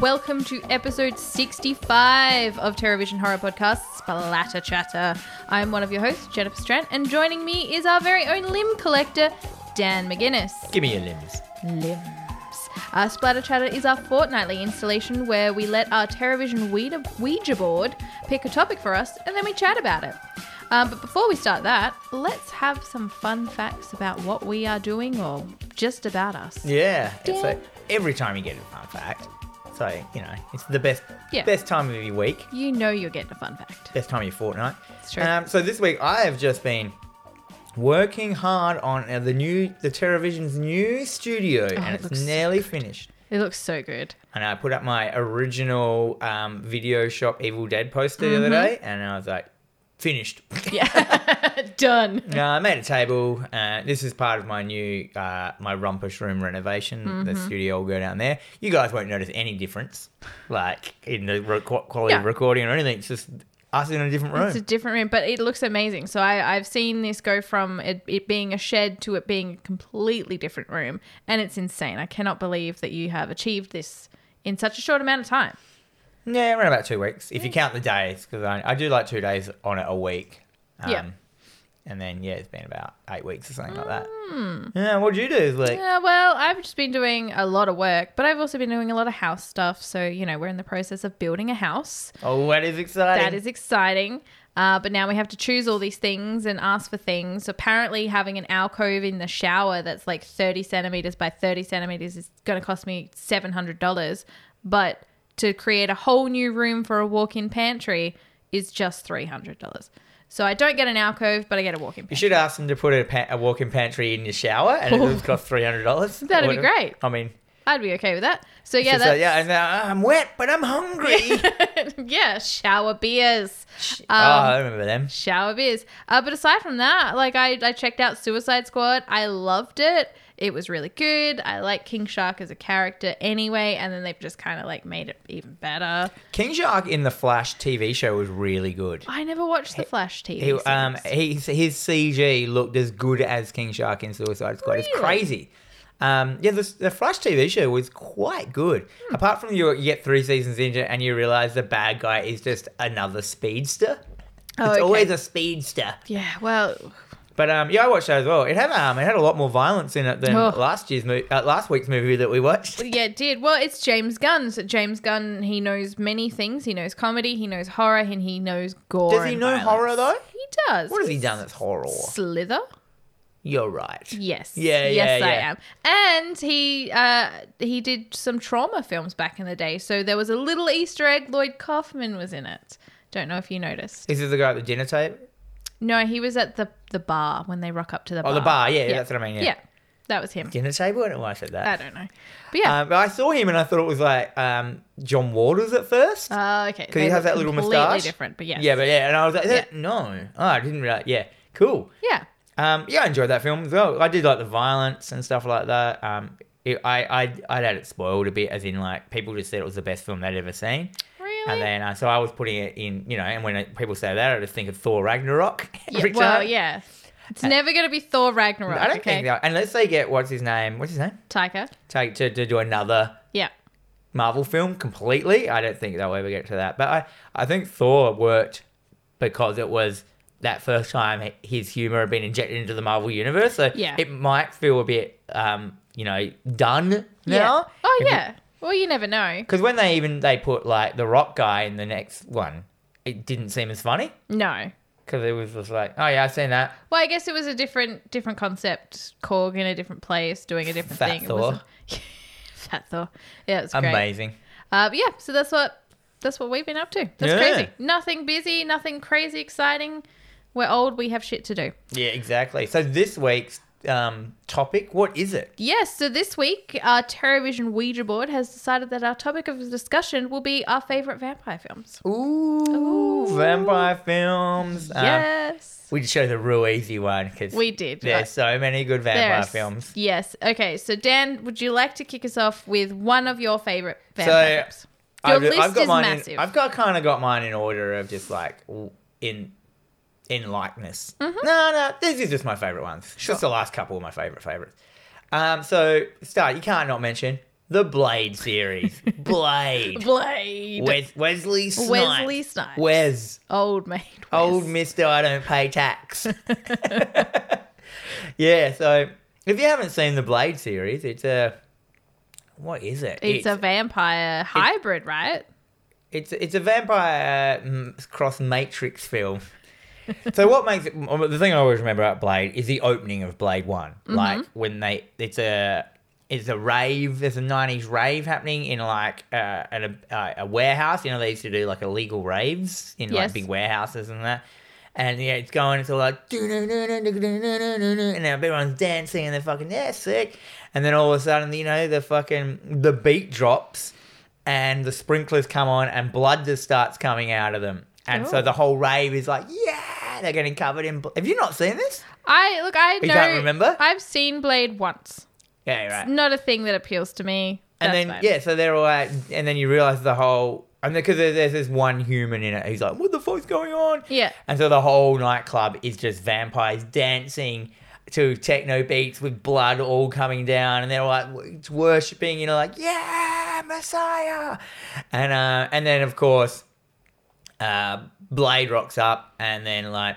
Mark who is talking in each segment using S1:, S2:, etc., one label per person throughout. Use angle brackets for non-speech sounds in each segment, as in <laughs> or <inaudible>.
S1: Welcome to episode 65 of Terrorvision Horror Podcast, Splatter Chatter. I'm one of your hosts, Jennifer Strant, and joining me is our very own limb collector, Dan McGuinness.
S2: Give me your limbs.
S1: Limbs. Our Splatter Chatter is our fortnightly installation where we let our Terrorvision Ouija, Ouija board pick a topic for us and then we chat about it. Um, but before we start that, let's have some fun facts about what we are doing or just about us.
S2: Yeah. It's
S1: Yeah.
S2: like every time you get a fun fact. So, you know, it's the best
S1: Yeah.
S2: best time of your week,
S1: You know you're getting a fun fact.
S2: best time of your fortnight.
S1: It's true.
S2: Um, so this week I have just been working hard on uh, the new the TerraVision's new studio
S1: Oh, it
S2: and it's
S1: looks so
S2: nearly finished.
S1: It looks so good.
S2: And I put up my original um, video shop Evil Dead poster
S1: Mm-hmm.
S2: the other day and I was like finished. <laughs>
S1: Yeah. Done.
S2: No, I made a table. Uh, this is part of my new uh, my rumpish room renovation. The
S1: Mm-hmm.
S2: studio will go down there. You guys won't notice any difference, like in the rec- quality of
S1: Yeah.
S2: recording or anything. It's just us in a different room.
S1: It's a different room, but it looks amazing. So I, I've seen this go from it, it being a shed to it being a completely different room, and it's insane. I cannot believe that you have achieved this in such a short amount of time.
S2: yeah, around about two weeks if you count the days, because I, I do like two days on it a week. um,
S1: Yeah.
S2: And then yeah, it's been about eight weeks or something like that. Yeah, what'd you do this
S1: Mm.
S2: week?
S1: Yeah, well, I've just been doing a lot of work, but I've also been doing a lot of house stuff. So you know, we're in the process of building a house.
S2: Oh, that is exciting.
S1: That is exciting. Uh, but now we have to choose all these things and ask for things. Apparently, having an alcove in the shower that's like 30 centimeters by 30 centimeters is going to cost me $700. But to create a whole new room for a walk in pantry is just $300. So I don't get an alcove, but I get a walk in
S2: You
S1: pantry.
S2: should ask them to put a, pa- a walk-in pantry in your shower, and it would cost three hundred dollars.
S1: Oh. <laughs> That'd be great.
S2: I mean,
S1: I'd be okay with that. So yeah,
S2: She's
S1: that's,
S2: like, yeah, and now I'm wet, but I'm hungry.
S1: <laughs>
S2: <laughs>
S1: yeah, Um, shower beers.
S2: oh, I remember them.
S1: shower beers. Uh, but aside from that, like I, I checked out Suicide Squad. I loved it. It was really good. I like King Shark as a character anyway, and then they've just kind of like made it even better.
S2: King Shark in the Flash TV show was really good.
S1: I never watched the Flash TV.
S2: He, um,
S1: series.
S2: he, his CG looked as good as King Shark in Suicide Squad. It's
S1: Really?
S2: crazy. Um, yeah, the, the Flash TV show was quite good.
S1: Hmm.
S2: Apart from you, you get three seasons into it and you realize the bad guy is just another speedster.
S1: Oh,
S2: it's
S1: okay.
S2: always a speedster.
S1: yeah, well,
S2: But um, yeah, I watched that as well. It had um, it had a lot more violence in it than
S1: Oh.
S2: last year's mo- uh, last week's movie that we watched.
S1: yeah, it did. Well, it's James Gunn. So James Gunn, he knows many things. He knows comedy, he knows horror, and he knows gore.
S2: Does he
S1: and
S2: know
S1: violence.
S2: horror, though?
S1: He does.
S2: What has he done that's horror?
S1: Slither.
S2: You're right.
S1: Yes.
S2: Yeah,
S1: Yes,
S2: yeah,
S1: I
S2: yeah.
S1: am. And he uh, he did some trauma films back in the day, so there was a little Easter egg. Lloyd Kaufman was in it. Don't know if you noticed.
S2: This is the guy at the dinner table.
S1: No, he was at the the bar when they rock up to the bar.
S2: Oh, the bar. Yeah, that's what I mean. Yeah.
S1: Yeah, that was him.
S2: Dinner table? I don't know why I said
S1: I
S2: that.
S1: don't know, but yeah.
S2: Um, but I saw him and I thought it was like um, John Waters at first.
S1: Uh, okay.
S2: Because he
S1: They
S2: has
S1: look
S2: that little
S1: completely
S2: moustache.
S1: Different, but yeah.
S2: Yeah, but yeah. And I was like, is that- no. Oh, I didn't realize. Yeah. Cool.
S1: Yeah.
S2: Um, yeah, I enjoyed that film as well. I did like the violence and stuff like that. Um, it, I, I, I'd had it spoiled a bit, as in like people just said it was the best film they'd ever seen.
S1: Really?
S2: And then, uh, so I was putting it in, you know, and when it, people say that, I just think of Thor Ragnarok. <laughs>
S1: Yeah,
S2: every
S1: well,
S2: time.
S1: yeah. It's never gonna be Thor Ragnarok.
S2: Uh, I don't
S1: okay.
S2: think that, unless they get what's his name, what's his name,
S1: Taika.
S2: take to, to do another
S1: Yeah.
S2: Marvel film completely. I don't think they'll ever get to that. But I, I think Thor worked because it was that first time his humor had been injected into the Marvel universe. So
S1: Yeah.
S2: it might feel a bit, um, you know, done
S1: Yeah.
S2: now.
S1: Oh yeah. Well, you never know.
S2: Because when they even they put like the Rock guy in the next one, it didn't seem as funny
S1: No.
S2: because it was just like, oh yeah, I've seen that.
S1: Well, I guess it was a different different concept. Korg in a different place, doing a different
S2: Fat
S1: thing. It
S2: Thor.
S1: wasn't- <laughs> Fat Thor. Yeah, it was great.
S2: Amazing.
S1: Uh, but yeah, so that's what that's what we've been up to. That's
S2: Yeah.
S1: crazy. Nothing busy, nothing crazy exciting. We're old. We have shit to do.
S2: Yeah, exactly. So this week's um, topic, what is it?
S1: Yes. So this week, our TerraVision Ouija board has decided that our topic of discussion will be our favorite vampire films.
S2: Ooh,
S1: Ooh.
S2: vampire films. Um,
S1: yes.
S2: we just chose a real easy one because
S1: We did.
S2: There's
S1: Like,
S2: so many good
S1: there
S2: vampire
S1: are s-
S2: films.
S1: Yes. Okay. So Dan, would you like to kick us off with one of your favorite vampire films? Your list is
S2: mine
S1: massive.
S2: In, I've got kind of got mine in order of just like w- in in likeness.
S1: Mm-hmm.
S2: No, no, these are just my favorite ones. Just the last couple of my favorite favorites. Um, so start. You can't not mention the Blade
S1: <laughs>
S2: series. Blade.
S1: Blade.
S2: Wes- Wesley Snipes.
S1: Wesley Snipes.
S2: Wes.
S1: Old mate. Wes.
S2: Old Mister, I don't pay tax. <laughs> yeah. So if you haven't seen the Blade series, it's a what is it?
S1: It's a vampire hybrid, right?
S2: It's it's a vampire uh, m- cross Matrix film. <laughs> so what makes it um, the thing I always remember about Blade is the opening of Blade One,
S1: Mm-hmm.
S2: like when they it's a it's a rave. There's a '90s rave happening in like uh, an, uh, a warehouse. You know they used to do like illegal raves in
S1: Yes.
S2: like big warehouses and that. And yeah, it's going. It's all like, and now everyone's dancing and they're fucking yeah, sick. And then all of a sudden, you know, the fucking the beat drops, and the sprinklers come on, and blood just starts coming out of them. And
S1: Oh.
S2: so the whole rave is like, yeah, they're getting covered in. Bl- Have you not seen this?
S1: I look. I know.
S2: can't remember?
S1: I've seen Blade once.
S2: Yeah, right.
S1: Not a thing that appeals to me.
S2: and
S1: That's
S2: then
S1: fine.
S2: yeah, so they're all out, and then you realize the whole and because there's, there's this one human in it who's like, what the fuck's going on?
S1: Yeah.
S2: and so the whole nightclub is just vampires dancing to techno beats with blood all coming down, and they're all like w- it's worshiping, you know, like yeah, Messiah, and uh, and then of course, uh, Blade rocks up, and then like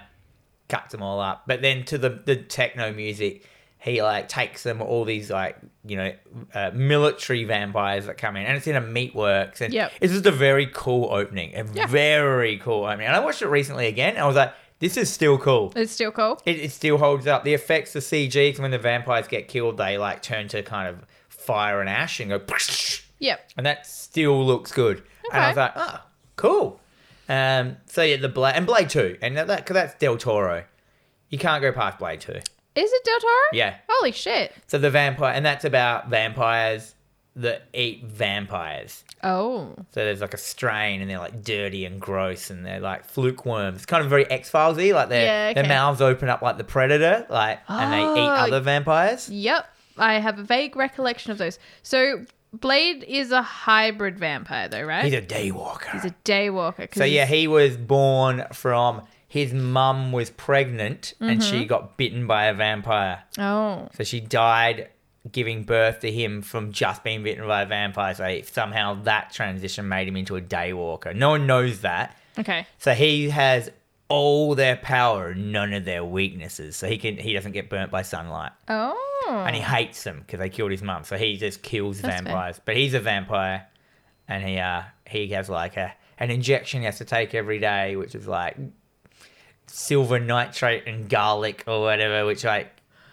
S2: cuts them all up. But then to the the techno music, he like takes them all these like you know uh, military vampires that come in, and it's in a meatworks, and
S1: Yep.
S2: it's just a very cool opening, a
S1: Yeah.
S2: very cool opening. And I watched it recently again, and I was like, this is still cool.
S1: It's still cool.
S2: It, it still holds up. The effects, the CG, 'cause when the vampires get killed, they like turn to kind of fire and ash and go, <laughs>
S1: Yep.
S2: and that still looks good. And I was
S1: Okay.
S2: like, oh, cool. Um, so yeah, the Blade and Blade Two, and that because that's Del Toro. You can't go past Blade Two.
S1: Is it Del Toro?
S2: Yeah.
S1: Holy shit.
S2: So the vampire, and that's about vampires that eat vampires.
S1: Oh.
S2: So there's like a strain, and they're like dirty and gross, and they're like fluke worms. It's kind of very X Filesy, like their
S1: Yeah,
S2: their
S1: okay.
S2: mouths open up like the predator, like and they eat
S1: Oh.
S2: other vampires.
S1: Yep. I have a vague recollection of those. So Blade is a hybrid vampire, though, right?
S2: He's a daywalker.
S1: He's a daywalker. 'cause
S2: So yeah,
S1: he's-
S2: he was born from his mum was pregnant and she got bitten by a vampire.
S1: Oh.
S2: So she died giving birth to him from just being bitten by a vampire. So somehow that transition made him into a daywalker. No one knows that.
S1: Okay.
S2: So he has all their power, none of their weaknesses. So he can he doesn't get burnt by sunlight.
S1: Oh.
S2: And he hates them because they killed his mum. So he just kills
S1: That's fair.
S2: vampires. But he's a vampire, and he uh he has like a an injection he has to take every day, which is like silver nitrate and garlic or whatever, which like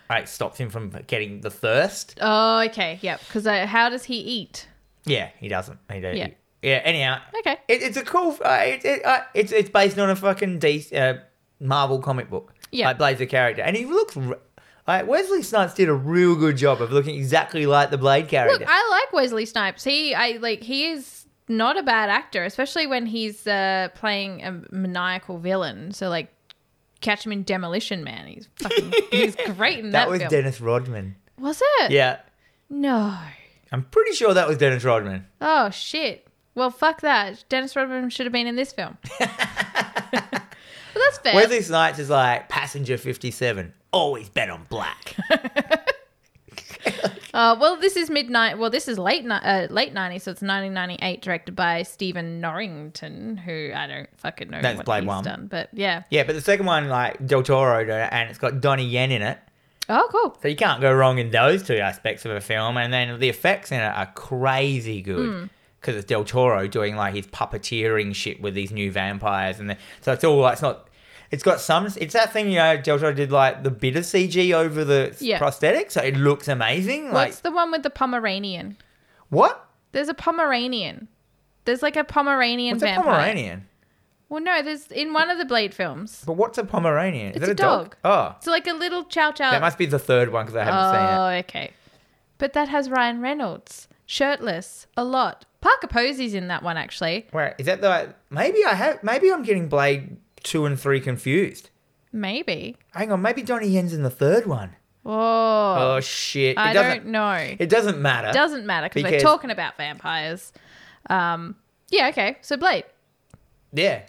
S2: like stops him from getting the thirst.
S1: oh, okay. Yep. Because how does he eat?
S2: Yeah, he doesn't. He don't.
S1: Yeah.
S2: Yeah. yeah anyhow,
S1: Okay.
S2: it, it's a cool. Uh, it, it, uh, it's it's based on a fucking de- uh, Marvel comic book.
S1: Yeah.
S2: like Blade's a character, and he looks. r like Wesley Snipes did a real good job of looking exactly like the Blade character.
S1: Look, I like Wesley Snipes. He, I like, he is not a bad actor, especially when he's uh, playing a maniacal villain. So like, catch him in Demolition Man. He's fucking, he's
S2: <laughs>
S1: great in that.
S2: that was
S1: film.
S2: Dennis Rodman.
S1: Was it?
S2: Yeah,
S1: No.
S2: I'm pretty sure that was Dennis Rodman.
S1: Oh shit. Well, fuck that. Dennis Rodman should have been in this
S2: <laughs>
S1: film. but that's fair.
S2: Wesley Snipes is like passenger 57. Always bet on black.
S1: <laughs> Uh, well, this is midnight. Well, this is late ni- uh, late nineties, so it's nineteen ninety eight, directed by Stephen Norrington, who I don't fucking know
S2: That's
S1: what
S2: Blade
S1: he's
S2: One.
S1: done, but yeah.
S2: yeah, but the second one like Del Toro did it, and it's got Donnie Yen in it.
S1: Oh, cool.
S2: So you can't go wrong in those two aspects of a film, and then the effects in it are crazy
S1: Hmm.
S2: good because it's Del Toro doing like his puppeteering shit with these new vampires, and the, so it's all like it's not. It's got some. It's that thing you know. Del Toro did like the bit of CG over the s-
S1: Yeah.
S2: prosthetic, so it looks amazing. Like
S1: What's the one with the Pomeranian?
S2: what?
S1: There's a Pomeranian. There's like a Pomeranian
S2: What's
S1: vampire.
S2: a Pomeranian?
S1: Well, no, there's in one of the Blade films.
S2: But what's a Pomeranian? Is
S1: It's
S2: it
S1: a Uh,
S2: a dog? Oh,
S1: It's like a little chow chow.
S2: that must be the third one because I haven't seen it.
S1: Oh, okay. But that has Ryan Reynolds, shirtless, a lot. Parker Posey's in that one actually.
S2: Where is that? The maybe I have. Maybe I'm getting Blade two and three confused.
S1: Maybe.
S2: Hang on, maybe Donnie Yen's in the third one.
S1: Oh,
S2: Oh shit! It
S1: I
S2: doesn't.
S1: don't know.
S2: It doesn't matter.
S1: doesn't matter because we're
S2: Because-
S1: talking about vampires. Um, yeah, okay. So Blade.
S2: yeah.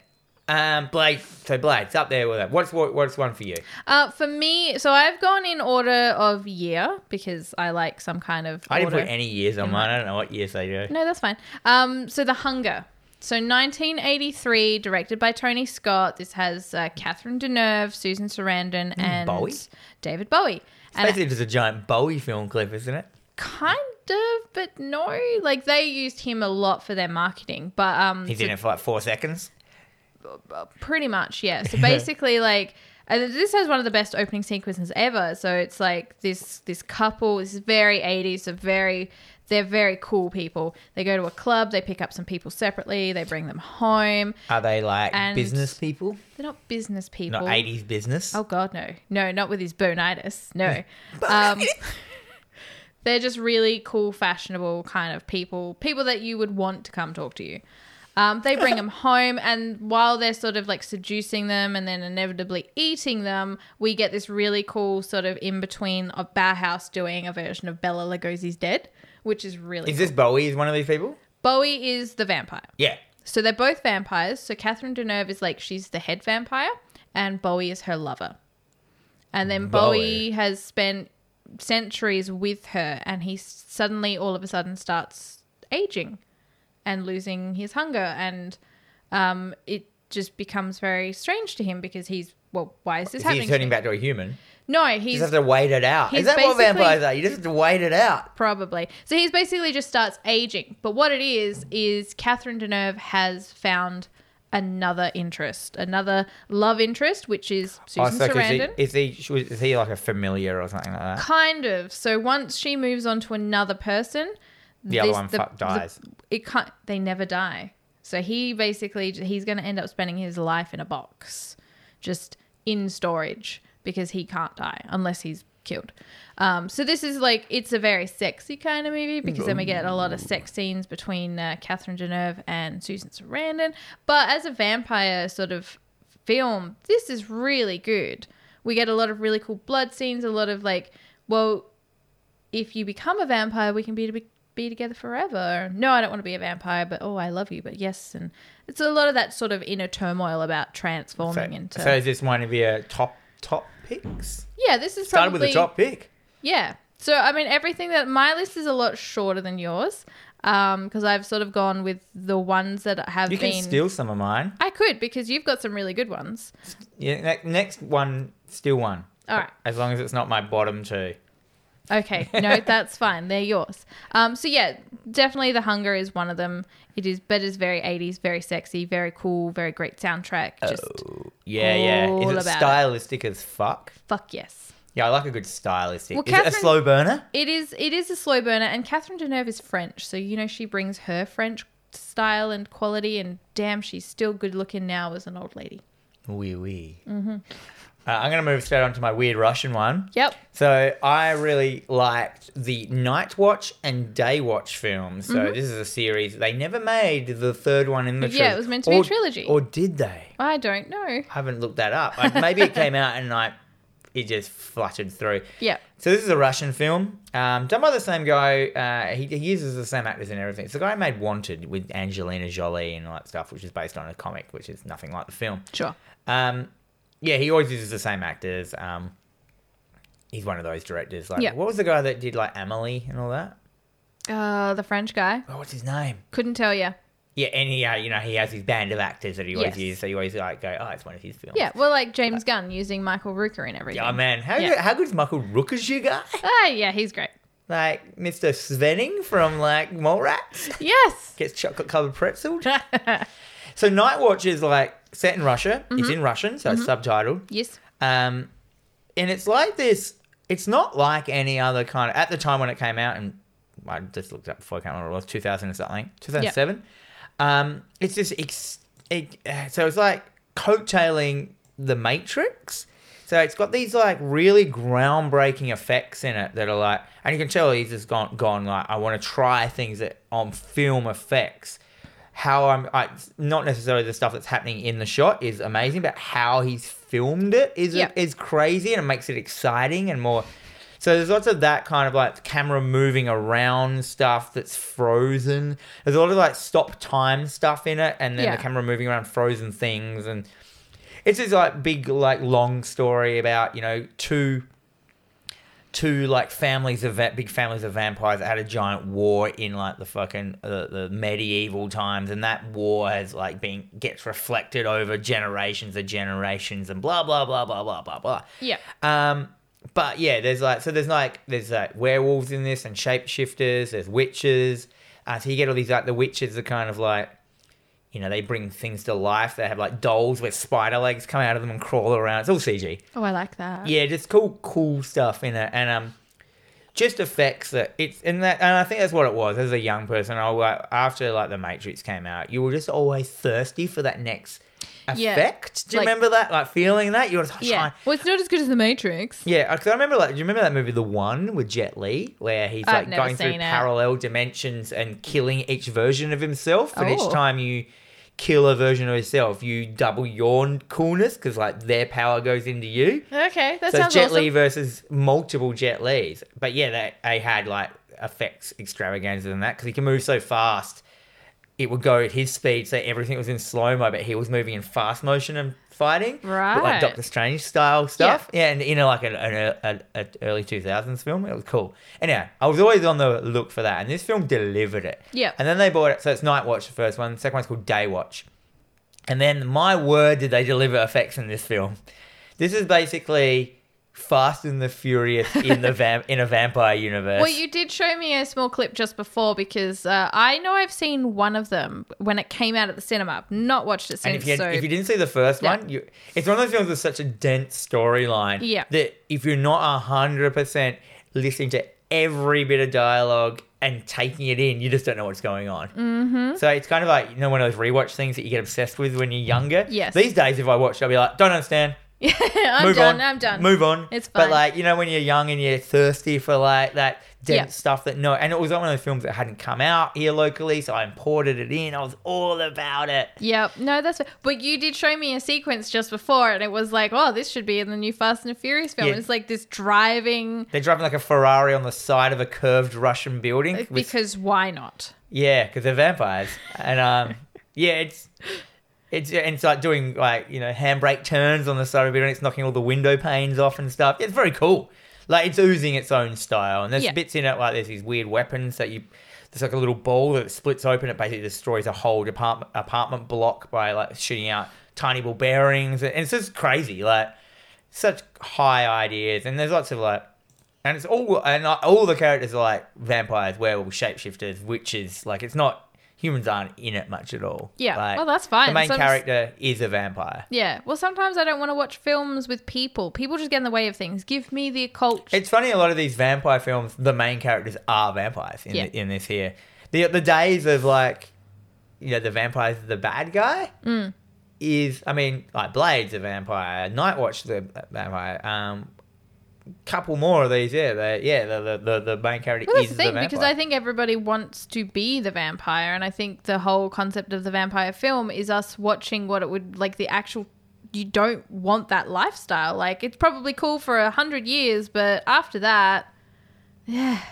S2: Um, Blade. So Blade's up there with it. What's what, what's one for you?
S1: Uh, for me, so I've gone in order of year because I like some kind of.
S2: I didn't
S1: order. Mm.
S2: put any years on mine. I don't know what years they do.
S1: No, that's fine. Um, so The Hunger. So 1983, directed by Tony Scott. This has uh, Catherine Deneuve, Susan Sarandon, and
S2: Hmm, Bowie?
S1: David Bowie. And
S2: Basically, just a giant Bowie film clip, isn't it?
S1: kind of, but no. Like they used him a lot for their marketing, but um,
S2: He's in it for like four seconds.
S1: pretty much yeah so basically like and this has one of the best opening sequences ever so it's like this this couple this is very 80s so very they're very cool people they go to a club they pick up some people separately they bring them home
S2: Are they like
S1: And-
S2: business people?
S1: they're not business people
S2: Not 80s business.
S1: oh god no no not with his bonitis no um they're just really cool fashionable kind of people people that you would want to come talk to you um, they bring them home and while they're sort of like seducing them and then inevitably eating them we get this really cool sort of in between of bauhaus doing a version of bella lugosi's dead which is really
S2: Is
S1: cool.
S2: this Bowie? Is one of these people?
S1: bowie is the vampire
S2: Yeah.
S1: so they're both vampires. So Catherine Deneuve is like she's the head vampire, and Bowie is her lover. And then Bowie,
S2: Bowie.
S1: has spent centuries with her, and he s- suddenly, all of a sudden, starts aging and losing his hunger, and um, it just becomes very strange to him because he's well, why is this
S2: Is
S1: happening?
S2: he
S1: to
S2: turning
S1: me?
S2: back to a human?
S1: No,
S2: You
S1: he's
S2: just have to wait it out.
S1: he's
S2: Is that what
S1: basically-
S2: vampires are? You just have to wait it out.
S1: Probably. So he's basically just starts aging. But what it is, is Catherine Deneuve has found another interest, another love interest, which is
S2: Oh,
S1: Susan
S2: so 'cause he-
S1: Sarandon.
S2: is he sh- is he like a familiar or something like that?
S1: kind of. So once she moves on to another person,
S2: The other one fuck dies.
S1: it can't, they never die. So he basically, he's going to end up spending his life in a box, just in storage because he can't die unless he's killed. Um, so this is like, it's a very sexy kind of movie because then we get a lot of sex scenes between uh, Catherine Deneuve and Susan Sarandon. But as a vampire sort of film, this is really good. We get a lot of really cool blood scenes, a lot of like, well, if you become a vampire, we can be be, be together forever. No, I don't want to be a vampire, but oh, I love you. But yes, and it's a lot of that sort of inner turmoil about
S2: So,
S1: transforming into.
S2: so is this one of your top top picks?
S1: yeah, this is
S2: Started
S1: probably
S2: with the top pick.
S1: yeah. So I mean, everything that my list is a lot shorter than yours, because I've sort of gone with the ones that have
S2: You
S1: been.
S2: can steal some of mine.
S1: I could because you've got some really good ones.
S2: Yeah, ne- next one, steal one.
S1: All right.
S2: As long as it's not my bottom two.
S1: Okay,
S2: <laughs>
S1: no, that's fine. They're yours. Um, so yeah, definitely the hunger is one of them. It is, but it's very eighties, very sexy, very cool, very great soundtrack. Just
S2: Oh. Yeah, yeah.
S1: All
S2: Is it
S1: about it.
S2: stylistic as fuck?
S1: fuck yes,
S2: Yeah, I like a good stylistic.
S1: Well,
S2: is it a
S1: Catherine-
S2: slow burner?
S1: it is. It is a slow burner, and Catherine Deneuve is French, so you know she brings her French style and quality. And damn, she's still good looking now as an old lady.
S2: Wee wee. Mm-hmm. Uh, I'm going to move straight on to my weird Russian one.
S1: Yep.
S2: So I really liked the Night Watch and Day Watch films. So this is a series. They never made the third one in the
S1: Mm-hmm. Yeah, it was meant to be a
S2: Or-
S1: trilogy.
S2: Or did they?
S1: I don't know.
S2: I haven't looked that up. I, maybe it came out and I it just fluttered through.
S1: Yeah.
S2: So this is a Russian film, um, done by the same guy. Uh, he, he uses the same actors and everything. It's the guy who made Wanted with Angelina Jolie and all that stuff, which is based on a comic, which is nothing like the film.
S1: Sure.
S2: Um, yeah, he always uses the same actors. Um, he's one of those directors. Like,
S1: Yeah.
S2: what was the guy that did like Emily and all that?
S1: Uh, the French guy
S2: Oh, what's his name?
S1: couldn't tell you.
S2: Yeah, and he, uh, you know, he has his band of actors that he always
S1: Yes.
S2: uses. So you always like go, oh, it's one of his films.
S1: Yeah, well, like James Gunn using Michael Rooker and everything.
S2: Oh man, how
S1: Yeah.
S2: good, how good's Michael Rook as you guy?
S1: Ah, yeah, he's great.
S2: Like Mr. Svenning from like Mole Rats
S1: Yes.
S2: gets chocolate
S1: <laughs>
S2: covered pretzel. so Night Watch is like set in Russia.
S1: Mm-hmm.
S2: It's in Russian, so it's subtitled.
S1: yes.
S2: Um, and it's like this. It's not like any other kind of. At the time when it came out, and I just looked up before I can't remember what it was, two thousand or something, two thousand seven. Um, it's just ex, it, uh, so it's like coattailing the Matrix. So it's got these like really groundbreaking effects in it that are like, and you can tell he's just gone gone like I want to try things that on film effects. How I'm I, not necessarily the stuff that's happening in the shot is amazing, but how he's filmed it is
S1: Yeah.
S2: is crazy and it makes it exciting and more. So there's lots of that kind of like camera moving around stuff that's frozen. There's a lot of like stop time stuff in it, and then
S1: Yeah.
S2: the camera moving around frozen things, and it's this like big like long story about you know two two like families of va- big families of vampires that had a giant war in like the fucking uh, the medieval times and that war has like been gets reflected over generations and generations and blah blah blah blah blah blah blah
S1: Yeah.
S2: um but yeah there's like so there's like there's like werewolves in this and shapeshifters there's witches uh, so you get all these like the witches are kind of like you know they bring things to life they have like dolls with spider legs come out of them and crawl around it's all cg
S1: Oh, I like that.
S2: yeah, just cool, cool stuff in it, and um, just effects that it's in that, and I think that's what it was. As a young person, I wa- after like the Matrix came out, you were just always thirsty for that next
S1: Yeah,
S2: effect. Do you
S1: like-
S2: remember that? Like feeling that you were just, "Oh,
S1: Yeah.
S2: yeah,
S1: Well, it's not as good as The Matrix.
S2: yeah. Because I remember like, do you remember that movie, The One, with Jet Li, where he's
S1: I've
S2: like
S1: never
S2: going through
S1: seen it.
S2: parallel dimensions and killing each version of himself, and
S1: Oh.
S2: each time you kill a version of yourself, you double your coolness because like their power goes into you
S1: Okay, that
S2: so it's
S1: sounds
S2: Jet
S1: awesome.
S2: Li versus multiple Jet Lis. But yeah, they, they had like effects extravaganza than that because he can move so fast. It would go at his speed, so everything was in slow mo, but he was moving in fast motion and fighting, but
S1: Right.
S2: like Doctor Strange style stuff. Yeah, and you know, like an, an, an, an early two thousands film, it was cool. Anyhow, I was always on the look for that, and this film delivered it.
S1: Yep.
S2: And then they bought it, so it's Night Watch the first one. The second one's called Day Watch. And then, my word, did they deliver effects in this film? This is basically Fast and the Furious in
S1: <laughs>
S2: the vam- in a vampire universe.
S1: Well, you did show me a small clip just before because uh, I know I've seen one of them when it came out at the cinema. I've Not watched it since.
S2: and if you, had-
S1: so
S2: if you didn't see the first
S1: Yeah.
S2: one, you, it's one of those films with such a dense storyline
S1: Yeah.
S2: that if you're not 100% listening to every bit of dialogue and taking it in, you just don't know what's going on. Mm-hmm. So it's kind of like, you know, one of those rewatch things that you get obsessed with when you're younger.
S1: Yes.
S2: These days, if I watch, it, I'll be like, don't understand.
S1: <laughs> I'm
S2: move
S1: done.
S2: on.
S1: I'm done.
S2: Move on.
S1: It's fine.
S2: But like you know, when you're young and you're thirsty for like that dense
S1: Yeah.
S2: stuff that no, and it was one of those films that hadn't come out here locally, so I imported it in. I was all about it.
S1: Yep. No, that's. But you did show me a sequence just before, and it was like, oh, this should be in the new Fast and the Furious film.
S2: Yeah.
S1: It's like this driving
S2: They're driving like a Ferrari on the side of a curved Russian building. with-
S1: uh, because why not?
S2: yeah, because they're vampires, and um, yeah, it's. It's, and it's like doing like you know handbrake turns on the side of it, and it's knocking all the window panes off and stuff. It's very cool. Like it's oozing its own style, and there's
S1: Yeah.
S2: bits in it like there's these weird weapons that you. There's like a little ball that splits open. It basically destroys a whole apartment apartment block by like shooting out tiny ball bearings, and it's just crazy. Like such high ideas, and there's lots of like, and it's all and like, all the characters are like vampires, werewolves, shapeshifters, witches. Like it's not humans aren't in it much at all.
S1: Yeah.
S2: Like,
S1: well, that's fine.
S2: the main
S1: Some-
S2: character is a vampire.
S1: Yeah. Well, sometimes I don't want to watch films with people. People just get in the way of things. Give me the occult.
S2: It's funny. A lot of these vampire films, the main characters are vampires. In,
S1: Yeah.
S2: the, in this here, the the days of like, you know, the vampire's the bad guy
S1: Mm.
S2: is. I mean, like Blade's a vampire, Nightwatch the vampire. Um, couple more of these. Yeah, the, yeah. The, the the the main character
S1: Well, that's
S2: is
S1: the thing
S2: vampire.
S1: because I think everybody wants to be the vampire, and I think the whole concept of the vampire film is us watching what it would like the actual. You don't want that lifestyle. Like it's probably cool for a hundred years, but after that,
S2: Right,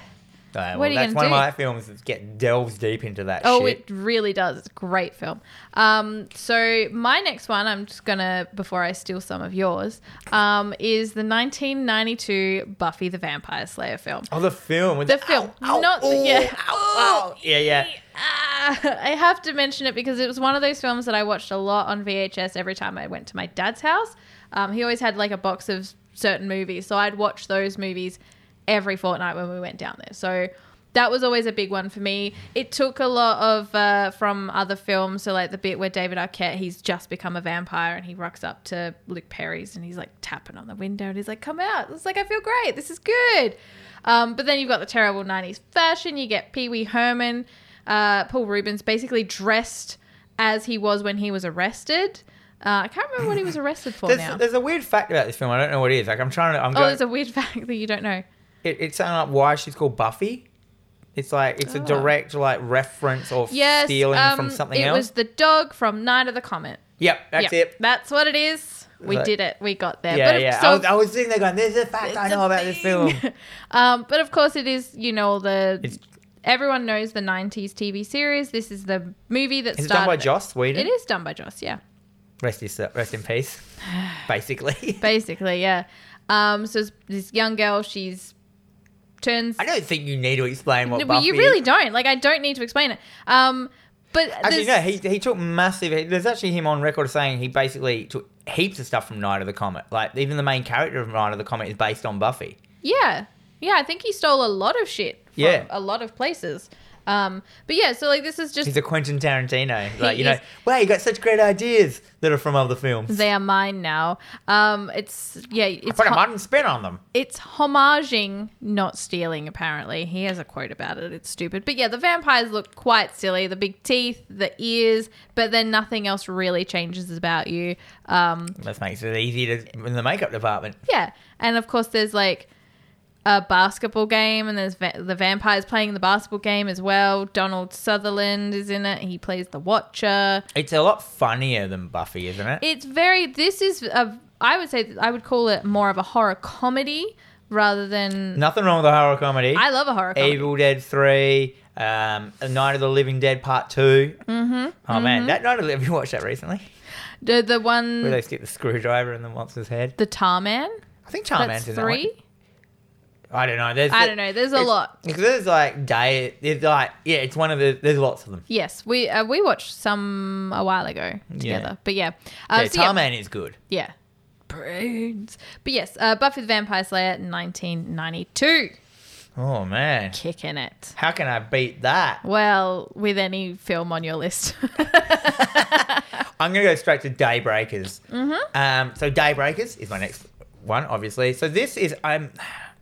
S1: what
S2: well,
S1: are you
S2: that's
S1: gonna
S2: one of
S1: do?
S2: my films that get delves deep into that.
S1: oh,
S2: shit.
S1: it really does. It's a great film. Um, so my next one, I'm just gonna before I steal some of yours, um, is the 1992 Buffy the Vampire Slayer film.
S2: Oh, the film. with
S1: The film,
S2: ow,
S1: not the-
S2: ooh,
S1: yeah.
S2: ow, ow. Yeah, yeah.
S1: Ah, I have to mention it because it was one of those films that I watched a lot on VHS every time I went to my dad's house. Um, he always had like a box of certain movies, so I'd watch those movies every fortnight when we went down there. So that was always a big one for me. It took a lot of uh, from other films, so like the bit where David Arquette he's just become a vampire and he rocks up to Luke Perry's and he's like tapping on the window and he's like, "Come out!" It's like I feel great. This is good. Um, but then you've got the terrible 90s fashion. You get Pee Wee Herman, uh, Paul Rubens basically dressed as he was when he was arrested. Uh, I can't remember what he was arrested for now.
S2: <laughs> There's, there's a weird fact about this film. I don't know what it is. Like I'm trying to. I'm
S1: oh, <laughs>
S2: going.
S1: there's a weird fact that you don't know.
S2: uh, it, it's something like why she's called Buffy. It's like it's a
S1: Oh.
S2: direct like reference or
S1: Yes,
S2: stealing
S1: um,
S2: from something
S1: it
S2: else.
S1: was the dog from Night of the Comet.
S2: yep, that's
S1: Yeah,
S2: it.
S1: That's what it is. We
S2: Like-
S1: did it. We got there.
S2: Yeah,
S1: but
S2: yeah.
S1: Of, so
S2: I, was, I was sitting there going, "There's a fact
S1: it's
S2: I
S1: a
S2: know about this film."
S1: <laughs> thing. um, but of course, it is. You know the.
S2: It's-
S1: everyone knows the '90s TV series. This is the movie that
S2: Is it done
S1: started
S2: by
S1: it.
S2: Joss Whedon?
S1: It is done by Joss. Yeah.
S2: Rest, his, rest in
S1: <sighs>
S2: peace. Basically,
S1: basically yeah um so this- this young girl she's turns
S2: <laughs> I don't think you need to explain what.
S1: No, but
S2: Buffy
S1: you
S2: is.
S1: really don't like i don't need to explain it um but
S2: Actually, no.
S1: there's-
S2: He, he took massive. There's actually him on record saying he basically took heaps of stuff from Night of the Comet. Like even the main character of Night of the Comet is based on Buffy.
S1: yeah yeah i think he stole a lot of shit from
S2: Yeah.
S1: a lot of places um but yeah so like this is just
S2: He's a Quentin Tarantino. Like you know,
S1: is-
S2: wow, you got such great ideas that are from other films.
S1: they are mine now um it's yeah
S2: I
S1: it's
S2: put a
S1: ho-
S2: modern spin on them.
S1: it's homaging, not stealing, apparently. He has a quote about it. It's stupid. But yeah, the vampires look quite silly the big teeth, the ears, but then nothing else really changes about you. Um,
S2: That makes it easy to in the makeup department.
S1: yeah. And of course, there's like a basketball game, and there's va- the vampires playing the basketball game as well. Donald Sutherland is in it. He plays the Watcher.
S2: It's a lot funnier than Buffy, isn't it?
S1: It's very, this is, a, I would say, I would call it more of a horror comedy rather than.
S2: Nothing wrong with the horror comedy.
S1: I love a horror comedy.
S2: Evil Dead Three, um, Night of the Living Dead Part 2 Mm-hmm. Oh man, that Night of the Living. <laughs> Have you watched that recently?
S1: The, the one.
S2: Where they stick the screwdriver in the monster's head.
S1: The Tar Man.
S2: I think Charmander's
S1: That's
S2: in
S1: three.
S2: That one. I don't know. There's
S1: I don't know. There's a
S2: it's-
S1: lot.
S2: Because there's like day. There's like yeah. It's one of the. There's lots of them.
S1: Yes, we uh, we watched some a while ago together.
S2: Yeah.
S1: But yeah, uh,
S2: yeah,
S1: so yeah,
S2: Tarman is good.
S1: yeah, brains. But yes, uh, Buffy the Vampire Slayer, 1992,
S2: Oh man,
S1: kicking it.
S2: how can I
S1: <laughs>
S2: beat that?
S1: Well, with any film on your list, <laughs>
S2: I'm gonna go straight to Daybreakers. Mm-hmm. Um, so Daybreakers is my next one, obviously. So this is I'm.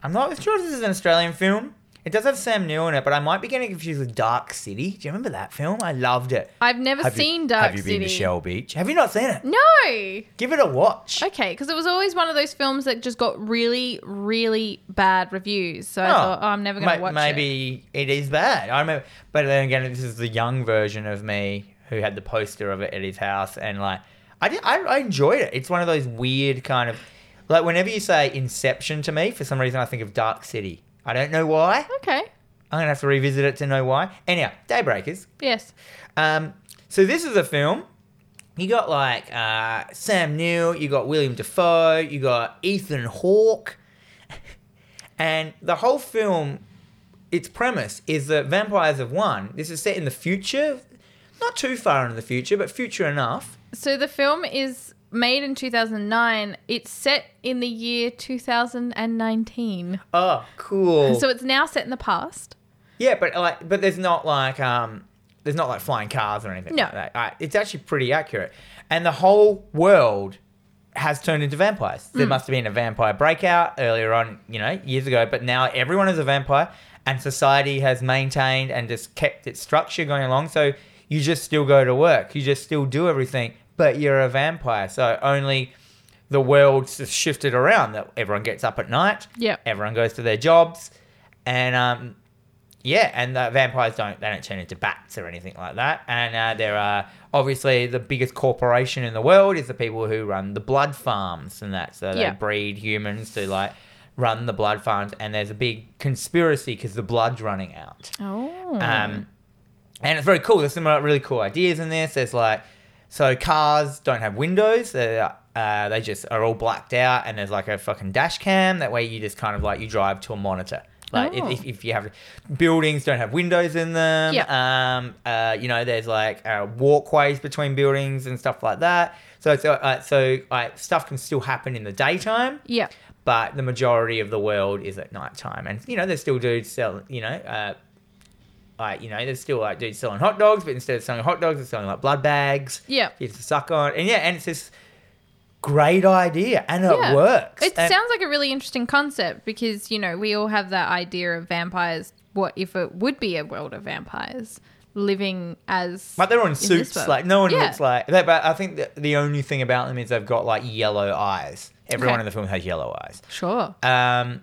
S2: I'm not sure if this is an Australian film. It does have Sam Neill in it, but I might be getting confused with Dark City. Do you remember that film? I loved it.
S1: I've never
S2: Have you-
S1: seen Dark
S2: Have you
S1: City.
S2: been to Shell Beach? Have you not seen it?
S1: No.
S2: Give it a watch.
S1: Okay, because it was always one of those films that just got really, really bad reviews. So I thought, oh, I'm never going
S2: Ma-
S1: to watch it.
S2: maybe it is bad. I remember, but then again, this is the young version of me who had the poster of it at his house, and like, I did, I, I enjoyed it. It's one of those weird kind of, like, whenever you say Inception to me, for some reason, I think of Dark City. I don't know why.
S1: Okay.
S2: I'm gonna have to revisit it to know why. Anyhow, Daybreakers.
S1: Yes.
S2: Um, so this is a film. You got like uh, Sam Neill, you got William Defoe, you got Ethan Hawke, <laughs> and the whole film. Its premise is that vampires have won. This is set in the future, not too far into the future, but future enough.
S1: So the film is made in 2009. It's set in the year 2019.
S2: Oh, cool!
S1: So it's now set in the past.
S2: yeah, but like, but there's not like um, there's not like flying cars or anything.
S1: No.
S2: like that. Uh, it's actually pretty accurate, and the whole world has turned into vampires.
S1: Mm.
S2: There must have been a vampire breakout earlier on, you know, years ago, but now everyone is a vampire and society has maintained and just kept its structure going along. So you just still go to work, you just still do everything, but you're a vampire. So only the world's just shifted around that everyone gets up at night,
S1: Yep.
S2: everyone goes to their jobs, and um, yeah, and the vampires don't they don't turn into bats or anything like that. And uh, there are obviously the biggest corporation in the world is the people who run the blood farms and that. So they
S1: Yeah.
S2: breed humans to like run the blood farms. And there's a big conspiracy because the blood's running out.
S1: Oh.
S2: Um,
S1: Hmm.
S2: and it's very cool. There's some uh, really cool ideas in this. There's like, so cars don't have windows. They uh, they just are all blacked out, and there's like a fucking dash cam. That way, you just kind of like you drive to a monitor. Like
S1: Oh.
S2: if, if, if you have buildings don't have windows in them.
S1: Yeah.
S2: Um. Uh. You know, there's like uh, walkways between buildings and stuff like that. So it's uh, uh, so like stuff can still happen in the daytime
S1: yeah.
S2: but the majority of the world is at nighttime. And you know, there's still dudes selling, you know, uh, like you know, there's still like dudes selling hot dogs, but instead of selling hot dogs, they're selling like blood bags.
S1: Yeah.
S2: for you to suck on, and yeah, and it's this great idea, and it
S1: Yeah.
S2: works.
S1: It
S2: And-
S1: sounds like a really interesting concept because, you know, we all have that idea of vampires. What if it would be a world of vampires living as.
S2: But they're on
S1: this
S2: suits,
S1: world.
S2: like no one
S1: Yeah.
S2: looks like. They, but I think that the only thing about them is they've got like yellow eyes. Everyone
S1: Okay.
S2: in the film has yellow eyes.
S1: Sure.
S2: Um,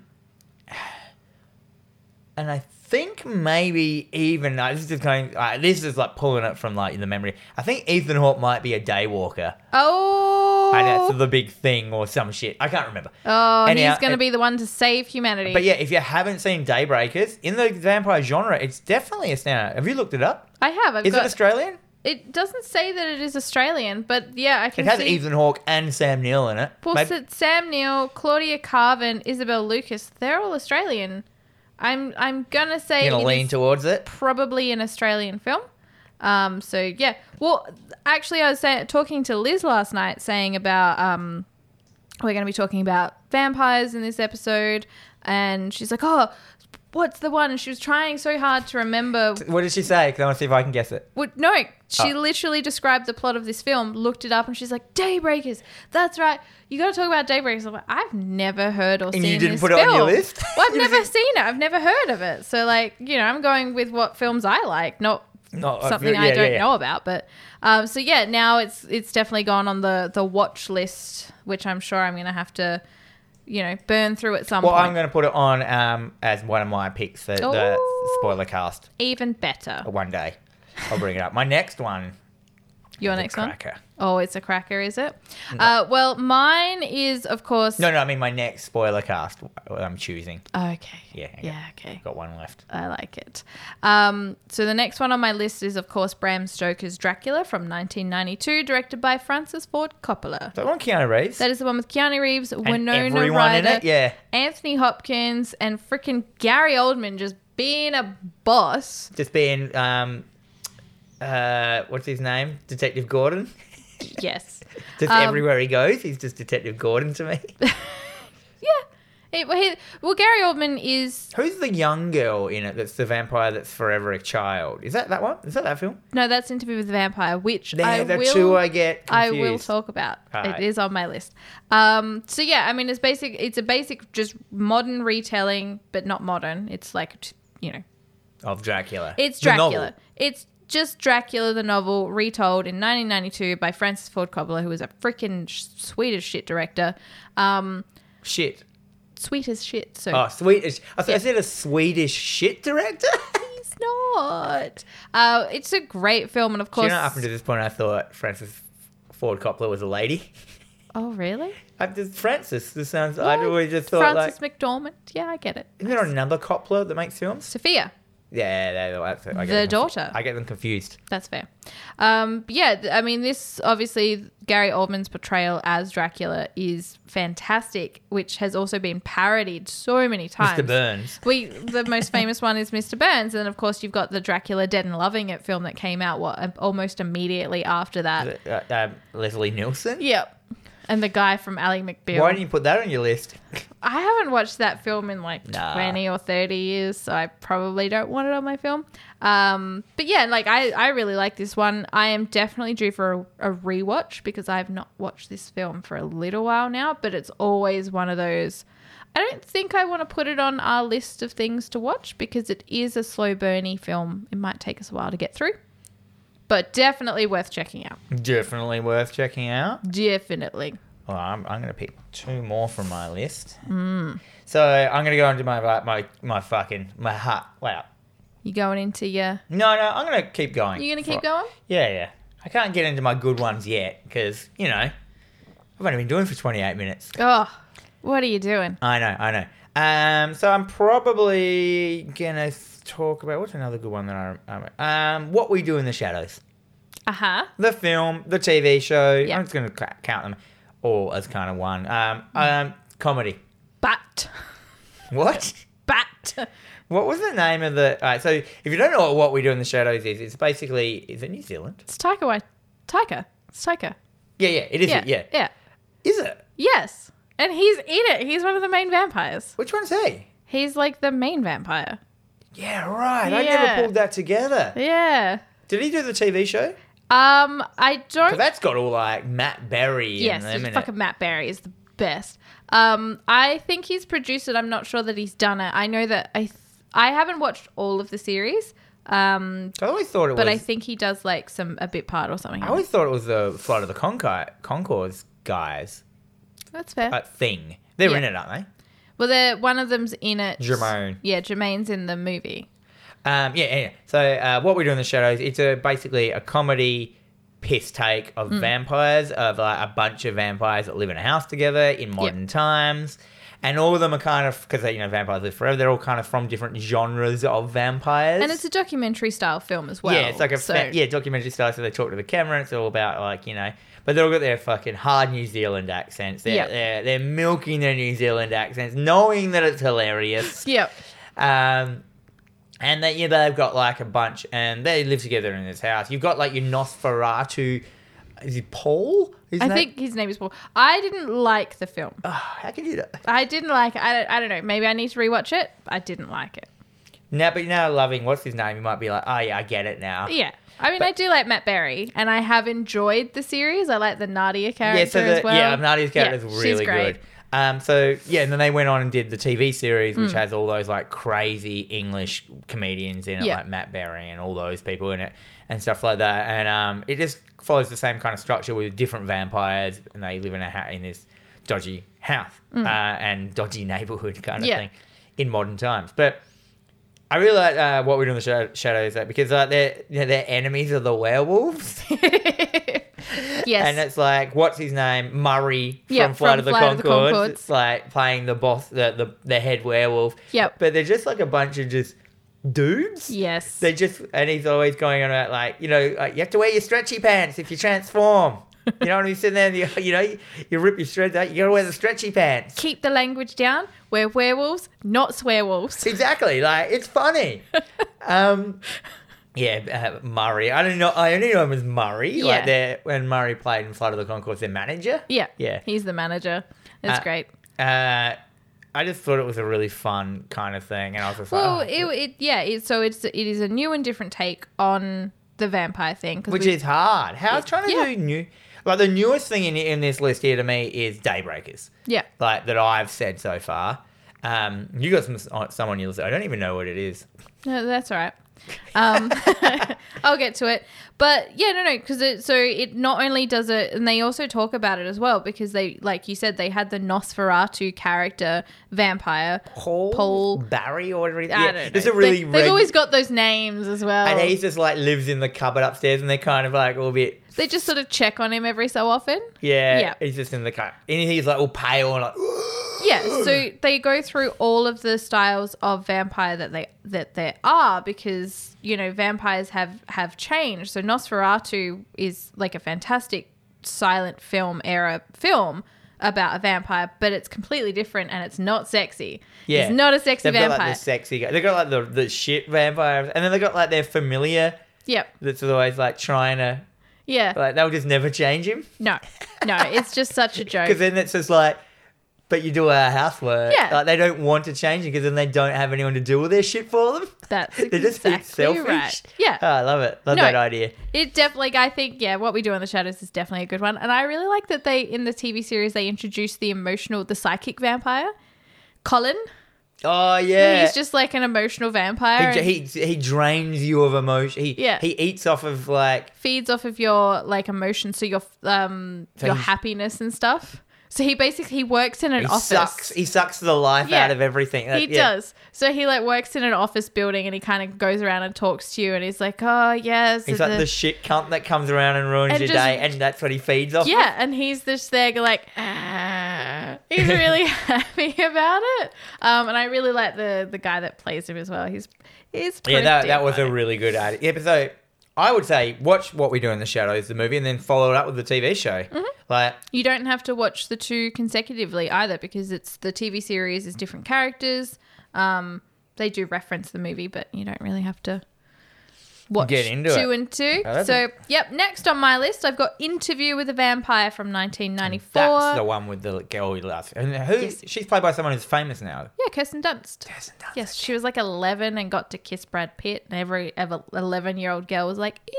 S2: and I think maybe even uh, this is going. Uh, this is like pulling it from like the memory. I think Ethan Hawke might be a day walker,
S1: Oh,
S2: and that's the big thing or some shit. I can't remember.
S1: oh,
S2: Anyhow,
S1: he's going to
S2: it-
S1: be the one to save humanity.
S2: But yeah, if you haven't seen Daybreakers in the vampire genre, it's definitely a standout. Have you looked it up?
S1: I have. I've
S2: Is it
S1: got. It,
S2: Australian?
S1: doesn't say that it is Australian, but yeah, I can.
S2: It has
S1: see,
S2: Ethan Hawke and Sam Neill in it.
S1: Well,
S2: Maybe-
S1: Sa- Sam Neill, Claudia Carvin, Isabel Lucas, they're all Australian. I'm I'm gonna say
S2: you gonna
S1: it
S2: lean
S1: is
S2: towards it?
S1: probably an Australian film. Um, so yeah. Well, actually, I was say, talking to Liz last night, saying about um, we're going to be talking about vampires in this episode, and she's like, "Oh, what's the one?" And she was trying so hard to remember.
S2: What did she say? Because I want to see if I can guess it.
S1: What, no, she
S2: Oh.
S1: literally described the plot of this film, looked it up, and she's like, "Daybreakers, that's right. You got to talk about Daybreakers." I'm like, "I've never heard or
S2: you
S1: seen."
S2: didn't
S1: this
S2: put it on your
S1: film."
S2: list?
S1: Well, I've
S2: <laughs> You
S1: never
S2: didn't-
S1: seen it. I've never heard of it. So, like, you know, I'm going with what films I like, not
S2: No,
S1: something I don't know about. But um, so yeah, now it's it's definitely gone on the the watch list, which I'm sure I'm gonna have to, you know, burn through at some
S2: Well,
S1: point.
S2: I'm going to put it on um, as one of my picks for the
S1: Ooh.
S2: spoiler cast
S1: Even better.
S2: one day. I'll bring it up. My next one.
S1: Your
S2: is a
S1: next one.
S2: cracker.
S1: Oh, it's a cracker, is it? Uh, well, mine is of course.
S2: No, no, I mean my next spoiler cast. what I'm choosing.
S1: Okay.
S2: Yeah, I got-
S1: Yeah. Okay.
S2: Got one left.
S1: I like it. Um, so the next one on my list is, of course, Bram Stoker's Dracula from 1992, directed by Francis Ford Coppola.
S2: So I want Keanu Reeves.
S1: That is the one with Keanu Reeves,
S2: and
S1: Winona
S2: everyone
S1: Ryder,
S2: in it. Yeah.
S1: Anthony Hopkins and freaking Gary Oldman just being a boss.
S2: Just being, um, uh, what's his name? Detective Gordon. <laughs>
S1: Yes.
S2: Just
S1: Um,
S2: everywhere he goes, he's just Detective Gordon to
S1: <laughs>
S2: me.
S1: It- well, he- well, Gary Oldman is
S2: Who's the young girl in it that's the vampire that's forever a child? Is that that one? Is that that film?
S1: no, that's Interview with the Vampire, which
S2: They're
S1: I
S2: the
S1: will
S2: two I get
S1: I
S2: confused.
S1: will talk about.
S2: Alright.
S1: It is on my list. Um, so yeah, I mean, it's basic. It's a basic, just modern retelling, but not modern. It's like t- you know,
S2: Of Dracula.
S1: It's
S2: The novel.
S1: Dracula. It's just Dracula the novel retold in 1992 by Francis Ford Coppola, who was a freaking sh- sweet as shit director. Um,
S2: Shit.
S1: sweet as shit. So
S2: Oh, Swedish. I, th-
S1: Yeah.
S2: I said a Swedish shit director. <laughs>
S1: he's not. Uh, it's a great film, and of
S2: Do you
S1: course.
S2: know, up until this point, I thought Francis Ford Coppola was a lady. <laughs>
S1: oh really?
S2: I'm just Francis. This sounds. I
S1: Yeah,
S2: always just thought
S1: Francis
S2: like,
S1: McDormand. Yeah, I get it.
S2: isn't there another Coppola that makes films?
S1: Sophia.
S2: Yeah, they- that's it. I
S1: The
S2: get them confu-
S1: daughter.
S2: I get them confused.
S1: That's fair. Um, but yeah, th- I mean, this obviously Gary Oldman's portrayal as Dracula is fantastic, which has also been parodied so many times.
S2: Mr. Burns.
S1: We the most famous one is Mr. Burns, and of course you've got the Dracula Dead and Loving It film that came out what um, almost immediately after that.
S2: Is it, uh, um, Leslie Nielsen.
S1: Yep. And the guy from Ally McBeal.
S2: Why didn't you put that on your list? <laughs>
S1: I haven't watched that film in like
S2: Nah.
S1: 20 or 30 years, so I probably don't want it on my film. Um, but yeah, like I, I really like this one. I am definitely due for a, a rewatch because I have not watched this film for a little while now, but it's always one of those. I don't think I want to put it on our list of things to watch because it is a slow burny film. It might take us a while to get through, but definitely worth checking out.
S2: Definitely worth checking out.
S1: Definitely.
S2: Well, I'm, I'm going to pick two more from my list.
S1: Mm.
S2: So I'm going to go into my like, my my fucking my heart. Wow.
S1: You going into your.
S2: No, no, I'm going to keep going.
S1: You going to
S2: for-
S1: keep going?
S2: Yeah, yeah. I can't get into my good ones yet because you know I've only been doing for 28 minutes.
S1: Oh, what are you doing?
S2: I know, I know. Um, so I'm probably gonna talk about what's another good one that I um, what we do in the shadows.
S1: Uh huh.
S2: the film, the TV show.
S1: Yeah.
S2: I'm just going to ca- count them all as kind of one. Um, um, comedy.
S1: Bat.
S2: What?
S1: Bat.
S2: What was the name of the? All right, so if you don't know what, what we do in the shadows is, it's basically is it New Zealand?
S1: It's Taika Wai. Taika. It's Taika.
S2: Yeah, yeah, it is.
S1: Yeah.
S2: It, yeah,
S1: Yeah.
S2: is it?
S1: Yes. And he's in it. He's one of the main vampires.
S2: Which one's he?
S1: He's like the main vampire.
S2: Yeah, right. I
S1: Yeah.
S2: never pulled that together.
S1: Yeah.
S2: Did he do the TV show?
S1: Um, I don't.
S2: 'Cause that's got all like Matt Berry
S1: yes,
S2: in them.
S1: it's
S2: in
S1: fucking
S2: it.
S1: Matt Berry is the best. Um, I think he's produced it. I'm not sure that he's done it. I know that I, th- I haven't watched all of the series. Um,
S2: I always thought it
S1: but I
S2: was.
S1: think he does like some a bit part or something.
S2: I, always thought it was the Flight of the Concord, Concords guys
S1: That's fair.
S2: uh, thing. They're
S1: Yeah.
S2: in it, aren't they?
S1: well, they're, one of them's in it.
S2: Jermaine.
S1: Yeah, Jermaine's in the movie.
S2: Um, yeah, yeah. So uh, what we do in the shadows, it's a basically a comedy piss take of
S1: Hmm.
S2: vampires, of like a bunch of vampires that live in a house together in modern times. And all of them are kind of because you know vampires live forever. They're all kind of from different genres of vampires.
S1: And it's a documentary style film as well.
S2: yeah, it's like a
S1: so,
S2: fa- yeah documentary style. So they talk to the camera. It's all about like you know, but they all got their fucking hard New Zealand accents. They're,
S1: Yeah.
S2: they're they're milking their New Zealand accents, knowing that it's hilarious.
S1: Yep.
S2: Um, and that yeah, they've got like a bunch, and they live together in this house. You've got like your Nosferatu. Is it Paul? His
S1: I
S2: name?
S1: think his name is Paul. I didn't like the film.
S2: Oh, how can you do that?
S1: I didn't like it. I don't, I don't know. Maybe I need to rewatch it. I didn't like it.
S2: Now, but now loving what's his name? You might be like, oh yeah, I get it now.
S1: Yeah. I mean,
S2: But-
S1: I do like Matt Berry, and I have enjoyed the series. I like the Nadia character
S2: yeah, so the,
S1: as well.
S2: yeah, Nadia's
S1: Yeah,
S2: character
S1: she's
S2: is really
S1: great.
S2: good. Um, so yeah, and then they went on and did the TV series,
S1: Hmm.
S2: which has all those like crazy English comedians in it,
S1: Yeah.
S2: like Matt Berry and all those people in it, and stuff like that. And um, it just follows the same kind of structure with different vampires, and they live in a ha- in this dodgy house uh, and dodgy <laughs> neighborhood kind of
S1: Hmm. Yeah.
S2: thing in modern times. But I really like uh, what we do in the shadow- shadows uh, because uh, they're they're enemies of the werewolves.
S1: <laughs> yes.
S2: And it's like, what's his name? Murray from
S1: Yeah,
S2: Flight
S1: from
S2: of the
S1: Flight of the
S2: Concords.
S1: Conchords.
S2: It's like playing the boss, the, the, the head werewolf.
S1: Yep.
S2: But they're just like a bunch of just dudes.
S1: yes.
S2: They're just, and he's always going on about like, you know, like, you have to wear your stretchy pants if you transform. You know what I mean? Sitting there, and you, you know, you rip your shreds out, you gotta wear the stretchy pants.
S1: Keep the language down. We're werewolves, not swearwolves.
S2: Exactly. Like
S1: <laughs>
S2: it's funny. um, yeah, uh, Murray. I don't know. I only know him as Murray.
S1: Yeah.
S2: Like they when Murray played in Flight of the Concords, their manager.
S1: Yeah.
S2: Yeah.
S1: He's the manager. It's
S2: Uh,
S1: great.
S2: Uh, I just thought it was a really fun kind of thing, and I was just
S1: Well,
S2: like, oh,
S1: it, it yeah. It, so it's it is a new and different take on the vampire thing. 'cause
S2: which
S1: we-
S2: is hard. How I was trying to
S1: Yeah.
S2: do new, like the newest thing in in this list here to me is Daybreakers,
S1: yeah.
S2: like that I've said so far. Um, you got some on- some on your list. I don't even know what it is.
S1: No, that's all right. Um, <laughs> I'll get to it. But yeah, no, no, because it, so it not only does it, and they also talk about it as well because they, like you said, they had the Nosferatu character vampire.
S2: Paul,
S1: Paul-
S2: Barry or whatever. it is.
S1: I
S2: Yeah,
S1: don't know.
S2: There's a really
S1: they, have
S2: reg-
S1: always got those names as well.
S2: and he's just like lives in the cupboard upstairs, and they're kind of like all a bit.
S1: they just sort of check on him every so often.
S2: Yeah,
S1: Yeah.
S2: he's just in the car, and he's like all pale and like.
S1: Yeah, so they go through all of the styles of vampire that they that there are because you know vampires have have changed. So Nosferatu is like a fantastic silent film era film about a vampire, but it's completely different and it's not sexy.
S2: Yeah.
S1: it's not a sexy
S2: They've got
S1: vampire.
S2: like the sexy guy. They got like the, the shit vampires, and then they got like their familiar
S1: yep.
S2: that's always like trying to
S1: Yeah.
S2: like they'll just never change him
S1: no. No. It's just such
S2: <laughs>
S1: a joke.
S2: because then it's just like, but you do our housework.
S1: Yeah.
S2: like they don't want to change it because then they don't have anyone to do all their shit for them.
S1: That's
S2: They're just being
S1: exactly
S2: selfish.
S1: right. Yeah.
S2: Oh, I love it. Love
S1: No.
S2: that idea.
S1: It definitely, I think, yeah, what we do in the shadows is definitely a good one, and I really like that they in the TV series they introduced the emotional, the psychic vampire, Colin.
S2: Oh yeah.
S1: He's just like an emotional vampire. and
S2: he, he he drains you of emotion. He
S1: Yeah.
S2: he eats off of like
S1: feeds off of your like emotions, so your um
S2: So
S1: your
S2: he's-
S1: happiness and stuff. So he basically he works in an
S2: he
S1: office.
S2: sucks he sucks the life
S1: Yeah.
S2: out of everything. That-
S1: He
S2: yeah.
S1: does. So he like works in an office building, and he kind of goes around and talks to you, and he's like, "Oh yes."
S2: He's
S1: and
S2: like
S1: the-
S2: the shit cunt that comes around and ruins
S1: And
S2: your
S1: just-
S2: day, and that's what he feeds <laughs> off.
S1: Yeah, and he's just there like, ah. he's
S2: <laughs>
S1: really happy about it. Um, and I really like the the guy that plays him as well. He's he's
S2: yeah. That,
S1: pretty
S2: that was a
S1: funny.
S2: really good idea. Yeah, but so I would say watch what we do in the shadows, the movie, and then follow it up with the TV show.
S1: Mm-hmm.
S2: Like
S1: you don't have to watch the two consecutively either because it's the TV series is different characters. Um, they do reference the movie, but you don't really have to watch
S2: Get into
S1: two
S2: it.
S1: and two.
S2: Oh, that's
S1: so yep, next on my list, I've got Interview with a Vampire from 1994.
S2: that's the one with the girl we love, and who
S1: Yes.
S2: she's played by someone who's famous now.
S1: yeah, Kirsten Dunst.
S2: Kirsten Dunst.
S1: Yes, she was like 11 and got to kiss Brad Pitt, and every ever 11 year old girl was like, "Ew,